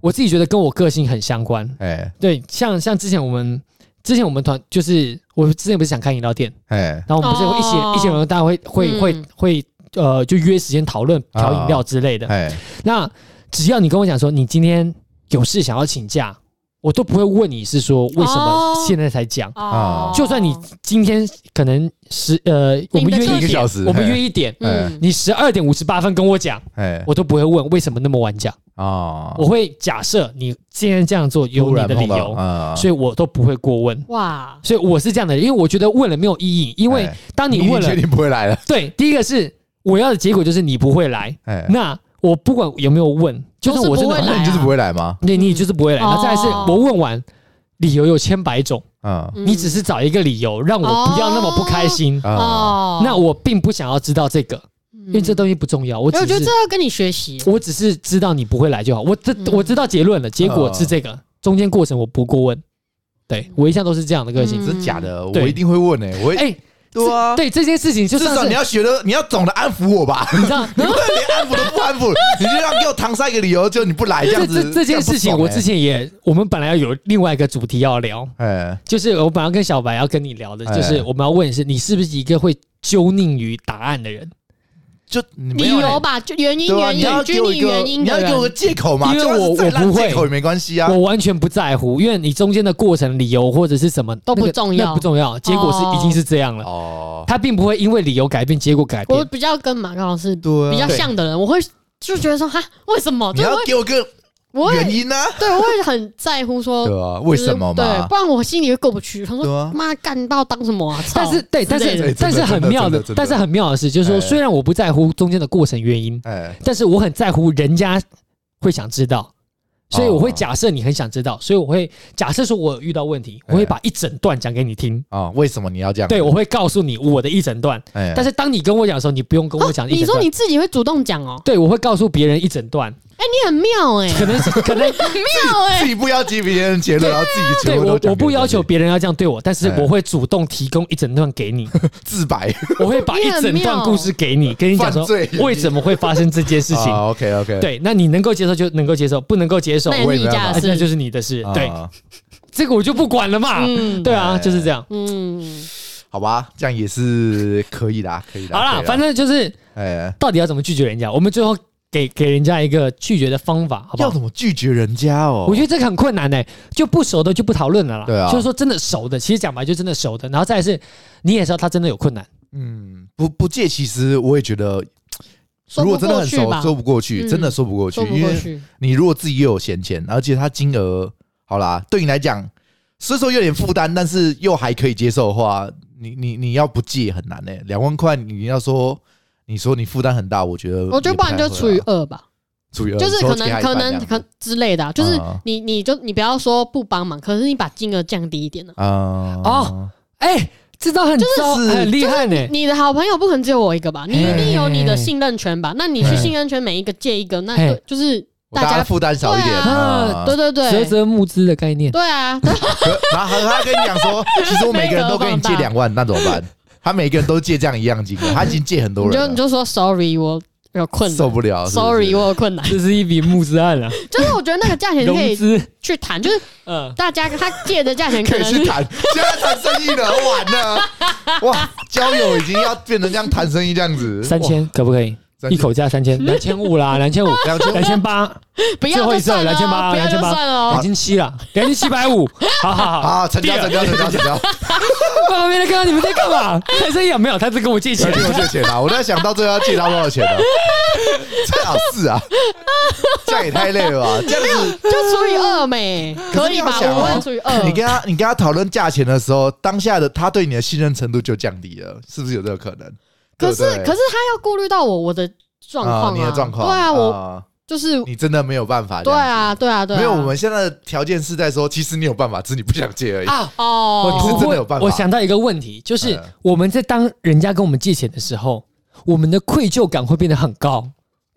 我自己觉得跟我个性很相关。哎对，像像之前我们之前我们团就是我之前不是想开饮料店，哎，然后我们不是会一起、哦一起人大家会会嗯会会呃就约时间讨论调饮料之类的。啊哎，那只要你跟我讲说你今天有事想要请假，我都不会问你是说为什么哦现在才讲。啊就算你今天可能十呃，我们约个一一点，个小时，我们约一点，嗯哎你十二点五十八分跟我讲，哎，我都不会问为什么那么晚讲，哦，我会假设你今天这样做有突你然的理碰到由，啊所以我都不会过问。哇，所以我是这样的人，因为我觉得问了没有意义，因为哎当一你定问了确，定不会来了，对，第一个是我要的结果就是你不会来，哎，那我不管有没有问，就算我真的都是不会那很来你就是不会来吗？对你就是不会来，嗯那再来是哦我问完，理由有千百种，嗯嗯你只是找一个理由让我不要那么不开心，啊，哦，那我并不想要知道这个，因因为这东西不重要，我哎只我觉得是这要跟你学习，我只是知道你不会来就好，我这嗯我知道结论了，结果是这个，啊中间过程我不过问，对我一向都是这样的个性嗯，真的假的？我对一定会问诶，我哎，嗯对啊，对这件事情就至像少是你要学的，你要懂得安抚我吧。 你知道。你不能连安抚都不 安抚，你就让给我搪塞一个理由，就你不来这这样子。这这件事情，样不我爽欸之前也，我们本来要有另外一个主题要聊，哎就是我本来要跟小白要跟你聊的，哎就是我们要问的是你是不是一个会纠宁于答案的人？就你没理有由欸吧，就原因对啊，原你因要给拘我泥一个，原因你要的人给我个借口嘛，因为就算是我最烂我不会借口也没关系啊。我完全不在乎，因为你中间的过程、理由或者是什么都不那个重要那不重要，结果哦是已经是这样了，哦，他并不会因为理由改变结果改我变。比较跟马高老师对啊，比较像的人，我会就觉得说哈，为什么？你就是要我会给我个我会原因呢？对，我会很在乎说对啊，为什么对，嘛？不然我心里会过不去。他对说啊：“妈，干到当什么啊？”操但是对，但之类的是哎但真的是很真的妙的真的真，的但是很妙的是，就是说哎虽然我不在乎中间的过程原因，哎，但是我很在乎人家会想知道，所以我哦会假设你很想知道，所以我会假设说我有遇到问哎题，我会把一整段讲给你听。哦，为什么你要这样？对，我，会告诉你我的一整段，哎，但是是当你跟我讲的时候，你不用跟我讲哦一你整段。说你自己会主动讲哦，对，我会告诉别人一整 段，哎，你很妙哎，可能可能妙哎自，己不要急别人结论，然后自己全对部都我讲给我不别人要求别人要这样对我，但是哎我会主动提供一整段给你，自白。 我会把一 整段故事给你，跟你讲说犯罪哦原因为什么会发生这件事情。 OK OK，，对，那你能够接受就能够接受，不能够接受，那也是你家啊的那就事。是你的事。对，啊这个我就不管了嘛。嗯对啊，哎就是这样。嗯，好吧，这样也是可以啦，可以啦。好啦可，以反正就是哎，到底要怎么拒绝人家，我们最后给给人家一个拒绝的方法，好不要好？怎么啊拒绝人家哦？我觉得这个很困难呢、就不熟的就不讨论了啦。对啊就是说真的熟的，其实讲白就真的熟的，然后再来是，你也知道他真的有困难，嗯，不不借，其实我也觉得，说如不果真的过很去熟，吧，说不过去，嗯真的说不过去，说不因过为去。你如果自己又有闲钱，而且它金额好啦，对你来讲，虽说有点负担，但是又还可以接受的话，你你你要不借很难呢、欸两万块你要说。你说你负担很大，我觉得我觉得不然就除处以于二吧，除以二，就是你说可给他一半能可这样能子可之类的啊，就是啊你啊你就你不要说不帮忙，可是你把金额降低一点呢。啊哦哎、这招很招就是很厉害呢。你的好朋友不可能只有我一个吧？你一定有你的哎信任圈吧？那你去信任圈每一个借一个，那哎对就是我大大家家负担少一点。对啊啊对对折对折募资的概念，对啊，可然后他跟你讲 说，其实我每个人都跟你借两万，那怎么办？他每个人都借这样一样金 额，他已经借很多你就人你了，就说 sorry，我有困受难不了。是不是，sorry，我有困难。 这是一笔募资案啊，就是我觉得那个价钱可融以资。去谈，就是嗯，大家他借的价钱可可以能去谈，现在谈生意了，完 了，哇，交友已经要变成这样谈生意这样子，三千可不可以？三一千口价三 千，两千五啦，两千五，两千两千八，不要就啊算了最后一次哦， 2800不要就算了两哦。千七啦，两千七百五。好好好，啊，成交定了成交 成交成 交，爸爸没来看到你们在干嘛？谈生意啊？ 没有，他在跟我借要钱。借我借钱啊！我在想到最后要借他多少钱啊？ 这啊是啊，这样也太累了吧？这样子，就除以二没，可可是你以要吧？想哦五万除以 二，你跟他你跟他讨论价钱的时候，当下的他对你的信任程度就降低了，是不是有这个可能？可是对不对可是他要顾虑到我我的状啊况你的状况，对啊，我啊就是你真的没有办法这对样子，啊，对啊，对啊，没有，我们现在的条件是在说，其实你有办法，只是你不想借而已。啊，我哦是突真的破有办法我想到一个问题，就是嗯我们在当人家跟我们借钱的时候，我们的愧疚感会变得很高，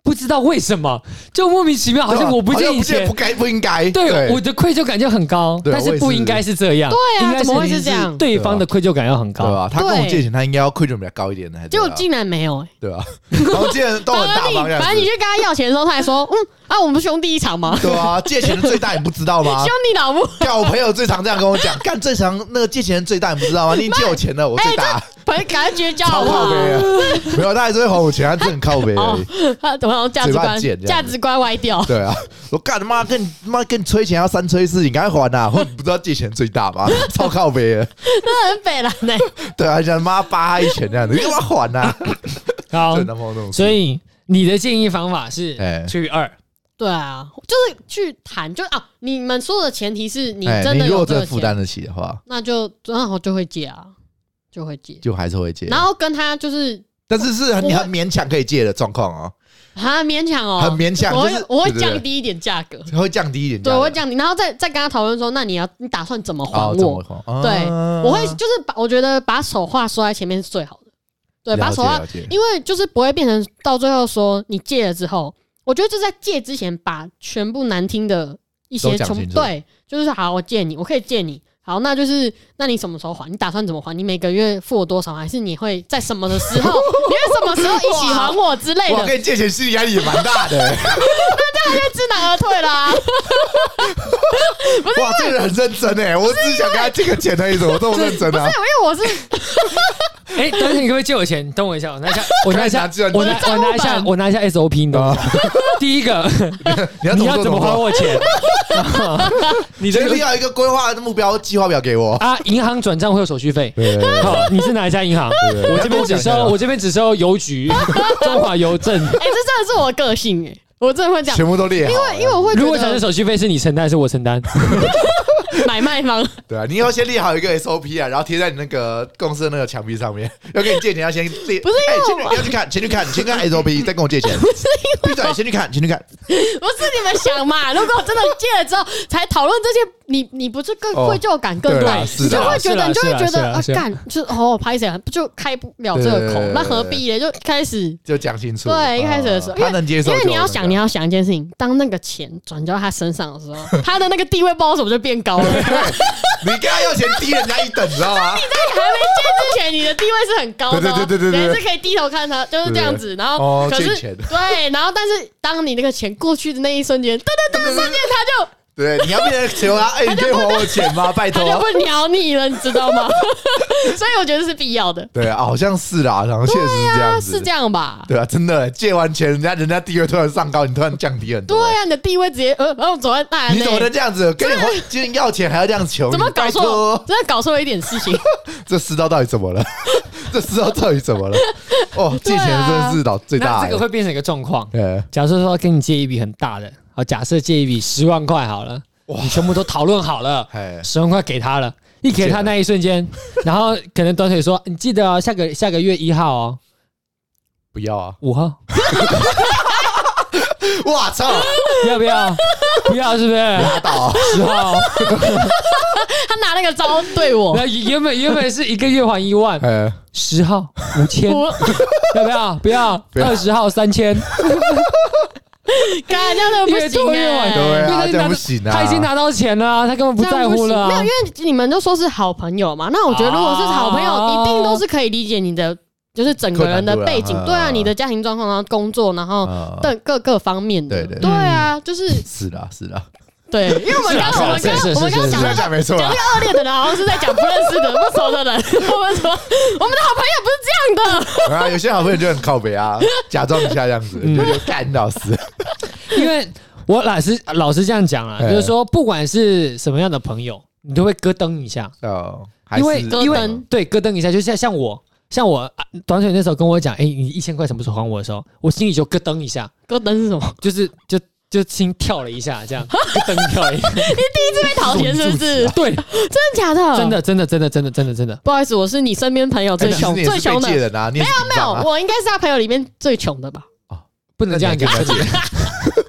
不知道为什么，就莫名其妙，好像我不借啊好像以不借前不。该不应该。对，我的愧疚感就很高，对啊但我是也不是应该是这样。对啊应该怎么会是一直这样对方的愧疚感要很对啊高。吧？他跟我对借钱，他应该要亏损比较高一点的，才结对果啊竟然没有哎。对吧？然后借人都反很大而你 方，这样反正你子去跟他要钱的时候，他还说：“嗯啊，我们兄弟一场嘛，对啊，借钱的最大你不知道吗 兄？弟老母。对啊，我朋友最常这样跟我讲，干最常那个借钱人最大你不知道吗？你借我钱了，我 最哎大，”反正赶快绝交好超不靠好？背啊，没有，他还是会还我钱，他真的很靠背而哦已。他怎么好像价值嘴巴贱这样观价子值观歪掉？对啊，我干他妈跟你妈跟你催钱要三催四，你赶快还呐！或者你不知道借钱最大 吗？超靠背的，那很北蓝呢。对啊，想妈扒他一拳这样子，你干嘛还啊 呐？好就，男朋友那种事，所以你的建议方法是哎除以二，对啊，就是去谈，就啊，你们说的前提是你哎真你的如有果这真个的负钱，担得起的话，那就然后就会借啊，就会借。就还是会借。然后跟他就是但是是很我会你很勉强可以借的状况哦，啊，勉强哦，很勉强我就会是我会对对对降低一点价格，会降低一点价对，格。我会降低，然后再再跟他讨论说，那你要你打算怎么还哦，怎么我？会还？对啊我会就是把我觉得把手画说在前面是最好的，对，把了解手画了解因为就是不会变成到最后说你借了之后，我觉得就在借之前把全部难听的一都些讲全清部楚对，就是好，我借你，我可以借你。好，那就是那你什么时候还？你打算怎么还？你每个月付我多少？还是你会在什么的 时候？你会什么时候一起还我之类哇，的？跟你借钱心理压力也蛮大的。欸 知难而退啦、哇，这个人很认真哎，我只是想跟他借个钱而已，怎么这么认真啊？因为 我是哎，等一下你可不可以借我钱？等我一下，我拿一下，我拿一拿下计算，机我拿我拿一下，我拿一下 SOP，你懂吗？ 第一个，你要你怎要么怎么做还？我钱？你你这一个定要有一个规划的目标计划表给我。啊，银行转账会有手续费。对，好，你是哪一家银行？对对我这边只收，我这边只收邮局、中华邮政。哎、这真的是我的个性哎、我真的会讲，全部都列好了。因为我会觉如果假设得手续费是你承担，还是我承担？买卖方对啊，你要先列好一个 SOP 啊，然后贴在你那个公司的那个墙壁上面。 要跟你借钱，要先列。不是因为哎先我去要去看，先去看，先看 SOP，再跟我借钱。不是闭嘴，先去看，先去看。 不是你们 想嘛？如果真的借了之后才讨论这些，你你不是更哦愧疚感更对哎大？啦是你就啦会觉是啦得，你就会是啦觉是啦得啊是，啦干啊就是哦，拍谁啊？不就开不了这对对个口对对，那何必呢？就开始。就讲清楚。对，一开始的时候，啊因为他能接受就因那个，为你要想，你要想一件事情，当那个钱转到他身上的时候，他的那个地位不知道怎么就变高了。 你跟他要钱低人家一等，你知道吗？在你还没见之前，你的地位是很高的、哦，对对对对对对人是可以低头看他，就是这样子。然后哦可欠是钱对，然后但是当你那个钱过去的那一瞬间，噔噔噔，瞬间 哦他就对，你要变成求他，哎，你可以还我钱吗？拜他托啊就。不鸟你了，你知 道吗？所以我觉得是必要的，对啊，好像是啦，然后确实是这啊，样是子这。样吧？对啊，真的借完钱，人家人家地位突然上高，你突然降低很对多。啊，你的地位直接呃，然后走在大人你怎么能这样子？跟你还今天要钱还要这样求你？怎么搞拜托错？真的搞错了一点事 情，这世道到底怎么了？ 这世道到底怎么了？哦，啊借钱真的是老最大那欸。这个会变成一个状况。呃，假设说跟你借一笔很大的，好，假设借一笔十万块好了，你全部都讨论好了，哎，十万块给他了，一给他那一瞬间，然后可能短腿说：“你记得哦，下个下个月一号哦，不要啊！五号我操， 要不要？不要是不是？拉倒啊！十号哦他他拿那个招 对我，那原本原本是一个月还一万，呃，十号五千，我要不要？不要，不要二十号三千，干那个不越行多越晚哎、对啊因为他已经拿这到样不行啊他已经拿到钱了，他根本不这样在乎了啊。行没有，因为你们都说是好朋友嘛，那我觉得如果是好朋友，啊一定都是可以理解你的，就是整个人的背景困难，度啦对啊，嗯你的家庭状况，然后工作，然后嗯呃各各各方面的，对对对啊，就是是啦是啦， 对，因为我们是啊刚刚我们是啊刚是啊我们刚是啊是啊这刚讲样到讲没错讲啦那个。恶劣的人，好像是在讲不认识的、不熟的人。 我们说，我们的好朋友不是这样的。啊，有些好朋友就很靠北 啊，假装一下这样子，嗯就就干老师。因为我老实老实这样讲啊，哎就是说，不管是什么样的朋友，你都会咯噔一下，哦，还因是为因咯为噔对咯噔一下，就像像我像我啊短腿那时候跟我讲，哎，你一千块什么时候还我的时候，我心里就咯噔一下，咯噔是什么？就是就就心跳了一下，这样咯噔跳 了一下，被讨厌是不是？对， 真的假的？ 真。的真的真的真的真的真的，不好意思，我是你身边朋友哎最其实穷、你也最是被穷的。借没人啊，没有没有，我应该是他朋友里面最穷的吧？不能这样讲。那你还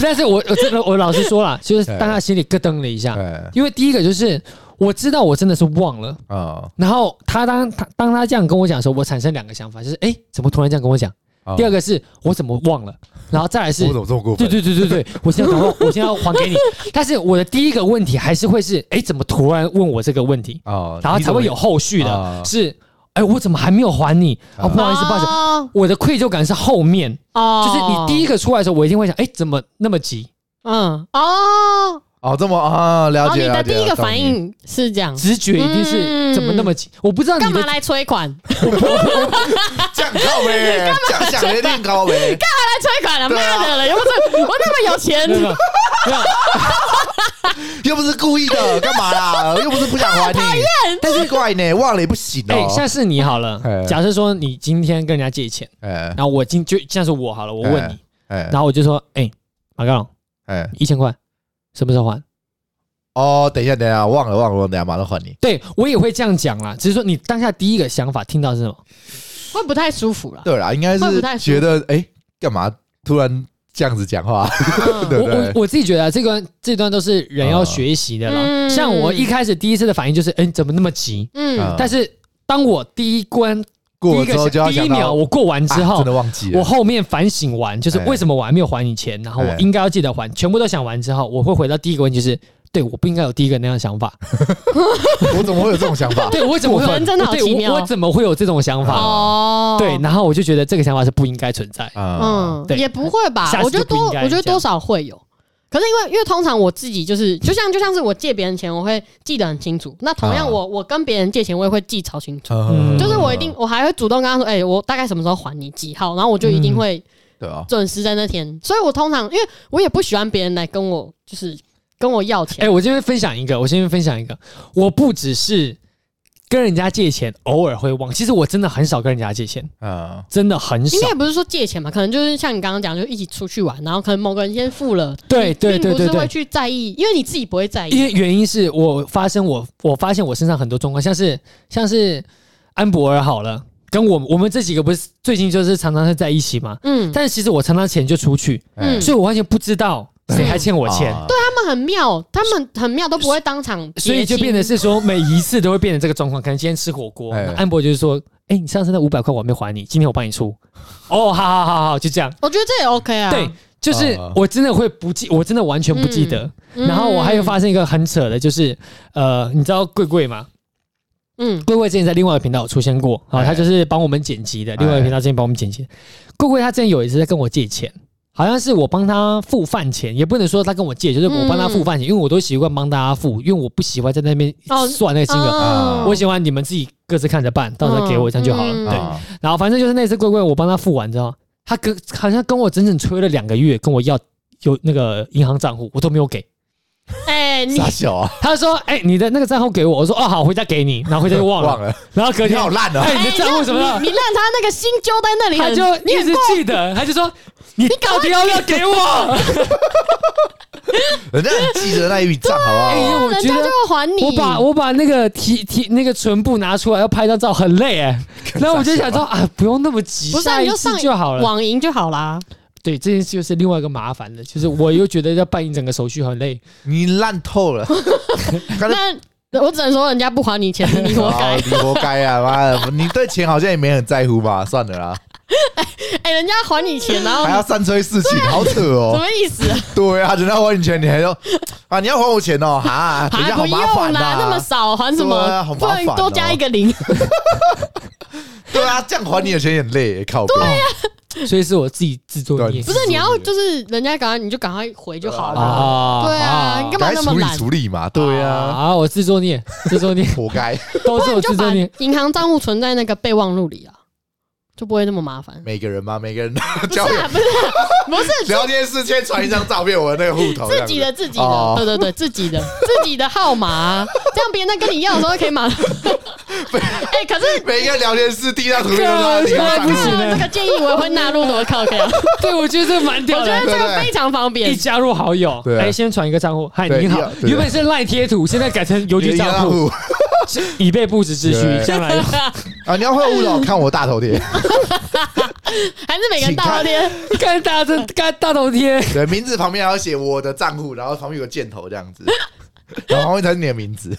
但是我我真的我老实说了，就是当他心里咯噔了一下，哎因为第一个就是我知道我真的是忘了。啊，然后他当他当他这样跟我讲的时候，我产生两个想法，就是哎，诶怎么突然这样跟我讲？哦第二个是我怎么忘了？然后再来是我，怎么这么过对分？对对对对，我现在赶快，我现在要还给你。但是我的第一个问题还是会是，哎，怎么突然问我这个问题？哦，然后才会有后续哦的是，哎，我怎么还没有还你？啊，哦不好意思，不好意思，我的愧疚感是后面，哦，就是你第一个，个出来的时候，我一定会想，哎，怎么那么急？嗯，哦，哦，这么啊，然了后解哦你了的解。第一个懂反你，应是这样，直觉一定是嗯怎么那么急？我不知道干你嘛的来催款？ 来这样靠呗，这样想一定靠呗。催款了，对啊妈的了，又不是我那么 有钱，没有没有没有又不是故意的，干嘛啦？又不是不想还你，但是怪呢，忘了也不行哎，下哦。次你好了哎，假设说你今天跟人家借钱，哎然后我今就像是我好了，我问你，哎然后我就说，哎，马刚，哎，一千块，什么时候还？哦，等一下等一下，忘了忘了，我等一下马上还你。对我也会这样讲啦，只是说你当下第一个想法听到是什么？会不太舒服了。对啦，应该会不是太舒服觉得哎，干嘛突然这样子讲话？嗯对我不对我我自己觉得、啊、这段这段都是人要学习的啦。嗯像我一开始第一次的反应就是，哎、你怎么那么急？啊嗯，但是当我第一关第过一了之个后就要第一想秒到我过完之啊后真，的忘记我了。后面反省完，就是哎为什么我还没有还你钱，然后我哎应该要记得还，全部都想完之后，我会回到第一个问题就是。对，我不应该有第一个那样的想法。我怎么会有这种想法？ 对我怎么会有人真的好对奇妙我我怎么会有这种想法？哦，对，然后我就觉得这个想法是不应该存在。啊，嗯，对也不会吧下？次我觉得就不多，应该我觉得这样多少会有。可是因为因为通常我自己就是，就像就像是我借别人钱，我会记得很清楚。那同样啊我、我跟别人借钱，我也会记超清楚。嗯就是我一定，我还会主动跟他说，哎、我大概什么时候还你几号，然后我就一定会对啊，准时在那天。所以我通常，因为我也不喜欢别人来跟我，就是跟我要哎、钱。我这边分享一个，我这边分享一个，我不只是跟人家借钱，偶尔会忘，其实我真的很少跟人家借钱，嗯，真的很少应该。也不是说借钱嘛，可能就是像你刚刚讲，就一起出去玩，然后可能某个人先付了，对对并对不对是会对，去在意，因为你自己不会在意。因为原因是我发生我我发现我身上很多状况，像是像是安博尔好了，跟我我们这几个不是最近就是常常是在一起嘛，嗯，但其实我常常钱就出去，嗯所以我完全不知道谁还欠我钱。对啊，他们很妙，他们很妙都不会当场结清，所以就变得是说，每一次都会变成这个状况。可能今天吃火锅，哎那安博就是说：“哎、你上次那五百块我还没还你，今天我帮你出。”哦，好好好好，就这样。我觉得这也 OK 啊。对，就是啊我真的会不记，我真的完全不记得。嗯，然后我还有发生一个很扯的，就是呃，你知道贵贵吗？嗯，贵贵之前在另外一个频道有出现过，好、哎他就是帮我们剪辑的。另外一个频道之前帮我们剪辑，贵贵他之前有一次在跟我借钱，好像是我帮他付饭钱，也不能说他跟我借，就是我帮嗯他付饭钱，因为我都习惯帮大家付，因为我不喜欢在那边哦算那个金额，啊嗯我喜欢你们自己各自看着办，到时候给我、这样就好了。嗯对，啊然后反正就是那次贵贵我帮他付完之后，他跟好像跟我整整催了两个月，跟我要有那个银行账户，我都没有给。哎，你傻小啊，他说：“哎、你的那个账户给我。”我说：“哦，好，回家给你。”然后回家就 忘了，忘了，然后隔你天好烂啊！哎、你的账户什么哎的你，你让他那个心揪在那里他很，就你一很直记得，他就说：“你到底要不要给 我人家很记得那一笔账，好不？”哎、好？我人觉家就得会还你。我把我把那个提提那个唇部拿出来要拍张照 很累哎、然后我就想说啊，不用那么急，不是啊下你一就次上就好了。 网银就好啦。对，这件事就是另外一个麻烦的，就是我又觉得要办一整个手续很累，你烂透了，刚才那我只能说人家不还你钱，你活 该好，。你活该啊！妈的，你对钱好像也没很在乎吧？算了啦，哎、人家还你钱，然后还你要善催事情，好扯什哦。啊么意思啊？对啊，人家还你钱，你还要啊？你要还我钱哦？哈，人家还好啊不麻用烦啊啦，那么呐。少还什么？对啊好麻不烦哦然多加一个零。对啊，这样还你的钱也很累，靠背。啊所以是我自己自作孽对不是你要就是人家赶快你就赶快回就好啊了。对啊你干嘛赶快处理处理嘛，对啊，啊，我自作孽，自作孽活该。都是我就自把作孽。银行账户存在那个备忘录里啊，就不会那么麻烦。每个人嘛，每个人不是 交啊，友不是啊、不是聊天室先传一张照片，我的那个户头这 自样己子的自己的哦，对对对，自己的自己的号码啊，这样别人在跟你要的时候可以马上。 哎，可是每一个聊天室第一张图片都是他的对啊地方 不行啊这个建议我也会纳入我的考量，我对，我觉得这个蛮屌觉得的。这个非常方一便。加入好友，对啊哎，先传一个账户，嗨，对你好一样，对原本是赖贴图，现在改成邮局账户，以备不时之需，对将来用。 啊！你要会误导，看我大头贴。还是每个人大头贴，看大这看大头贴， 对，名字旁边还要写我的账户，然后旁边有个箭头这样子， 然后旁边才是你的名字。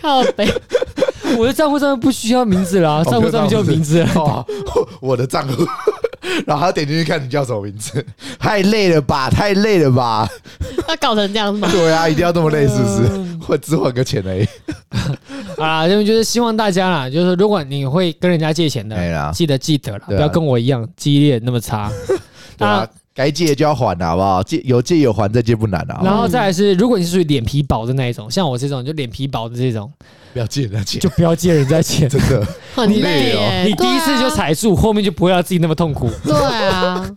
靠北，我的账户上面不需要名字啦，哦账户上面就有名字了。哦， 我的账户， 然后还要点进去看你叫什么名字， 太累了吧，太累了吧？要搞成这样子吗？对啊，一定要这么累是不是？我只还个钱而已。啊，因为就是希望大家啦，就是说如果你会跟人家借钱哎的呀，记得记得啦，不对啊要跟我一样激烈那么差。 对啊，该借就要还啊的好不好？借有借有还，再借不难啊。然后再来是，如果你是属于脸皮薄的那一种，像我这种就脸皮薄的这 种，不要借，不要借，就不要借人家钱。真的很累耶，啊 啊你第一次就踩住，后面就不会让自己那么痛苦。 对啊。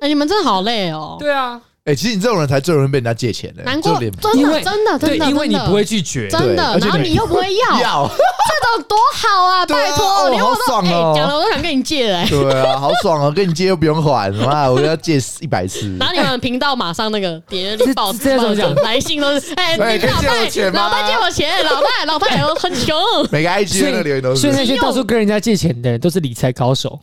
哎，你们真的好累哦，对啊，哎、其实你这种人才最容易被人家借钱的、难就过，脸真皮因的为真啊的对真，的，因为你真的不会拒绝。真的， 对而且然后你你又不会要，要，这种多好啊！对啊拜托，哦连我好都爽哎哦讲了我都想跟你借了。哎对啊，好爽哦！跟你借又不用还， 妈，我要借一百次然。后你们频道马上那个叠绿报这这要怎么讲来信都 是哎哎，你老可以借我太钱吗老太借我钱，老太 老太我很穷，每个 IG 的那个留言都所以是，那些到处跟人家借钱的人都是理财高 手，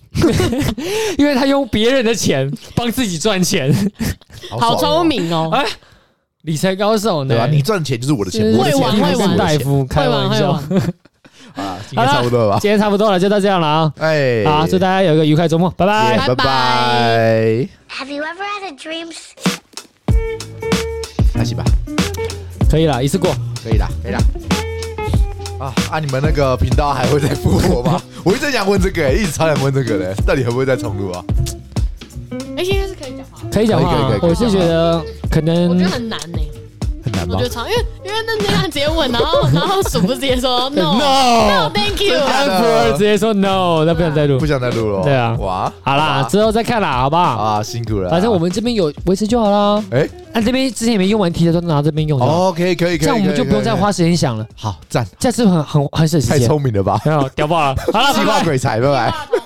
因为他用别人的钱帮自己赚钱。爽好哦聪，明哦，哎，理财高手呢？对吧？啊你赚钱就是我的钱，是我的会玩钱就是会玩我的大钱夫开会玩玩会笑。玩，啊！今天差不多了吧？今天差不多了，就到这样了啊！哎，好，祝大家有一个愉快周末，拜拜耶。拜拜拜拜， Have you ever had a dream 开心吧，可以了，一次过。可以啦，可以啦。啊啊！你们那个频道还会再复活 吗？我一直想问这个、一直超想问这个嘞、到底会不会再重录啊？哎，现在是可以讲话，可以讲话可以可啊以，可以我是觉得可我能觉得很难呢，很难我吗觉得超，因为因为那那样直接问，然后然后数不直接 说 no no， thank you，真的安普尔直接说 no，那不想再录哦啊不。想再录了哦。对啊哇，好啦，哇之后再看啦，好不好？啊，辛苦了啊。反正我们这边有维持就好啦。哎，按这边之前也没用完题的都拿这边用就好，哦，可以可以可这以，样我们就不用再花时间想了，好赞，这样是不是很很很省时太间？ 聪明了吧？没有，屌爆了！好了，计拜划拜。鬼才，拜拜。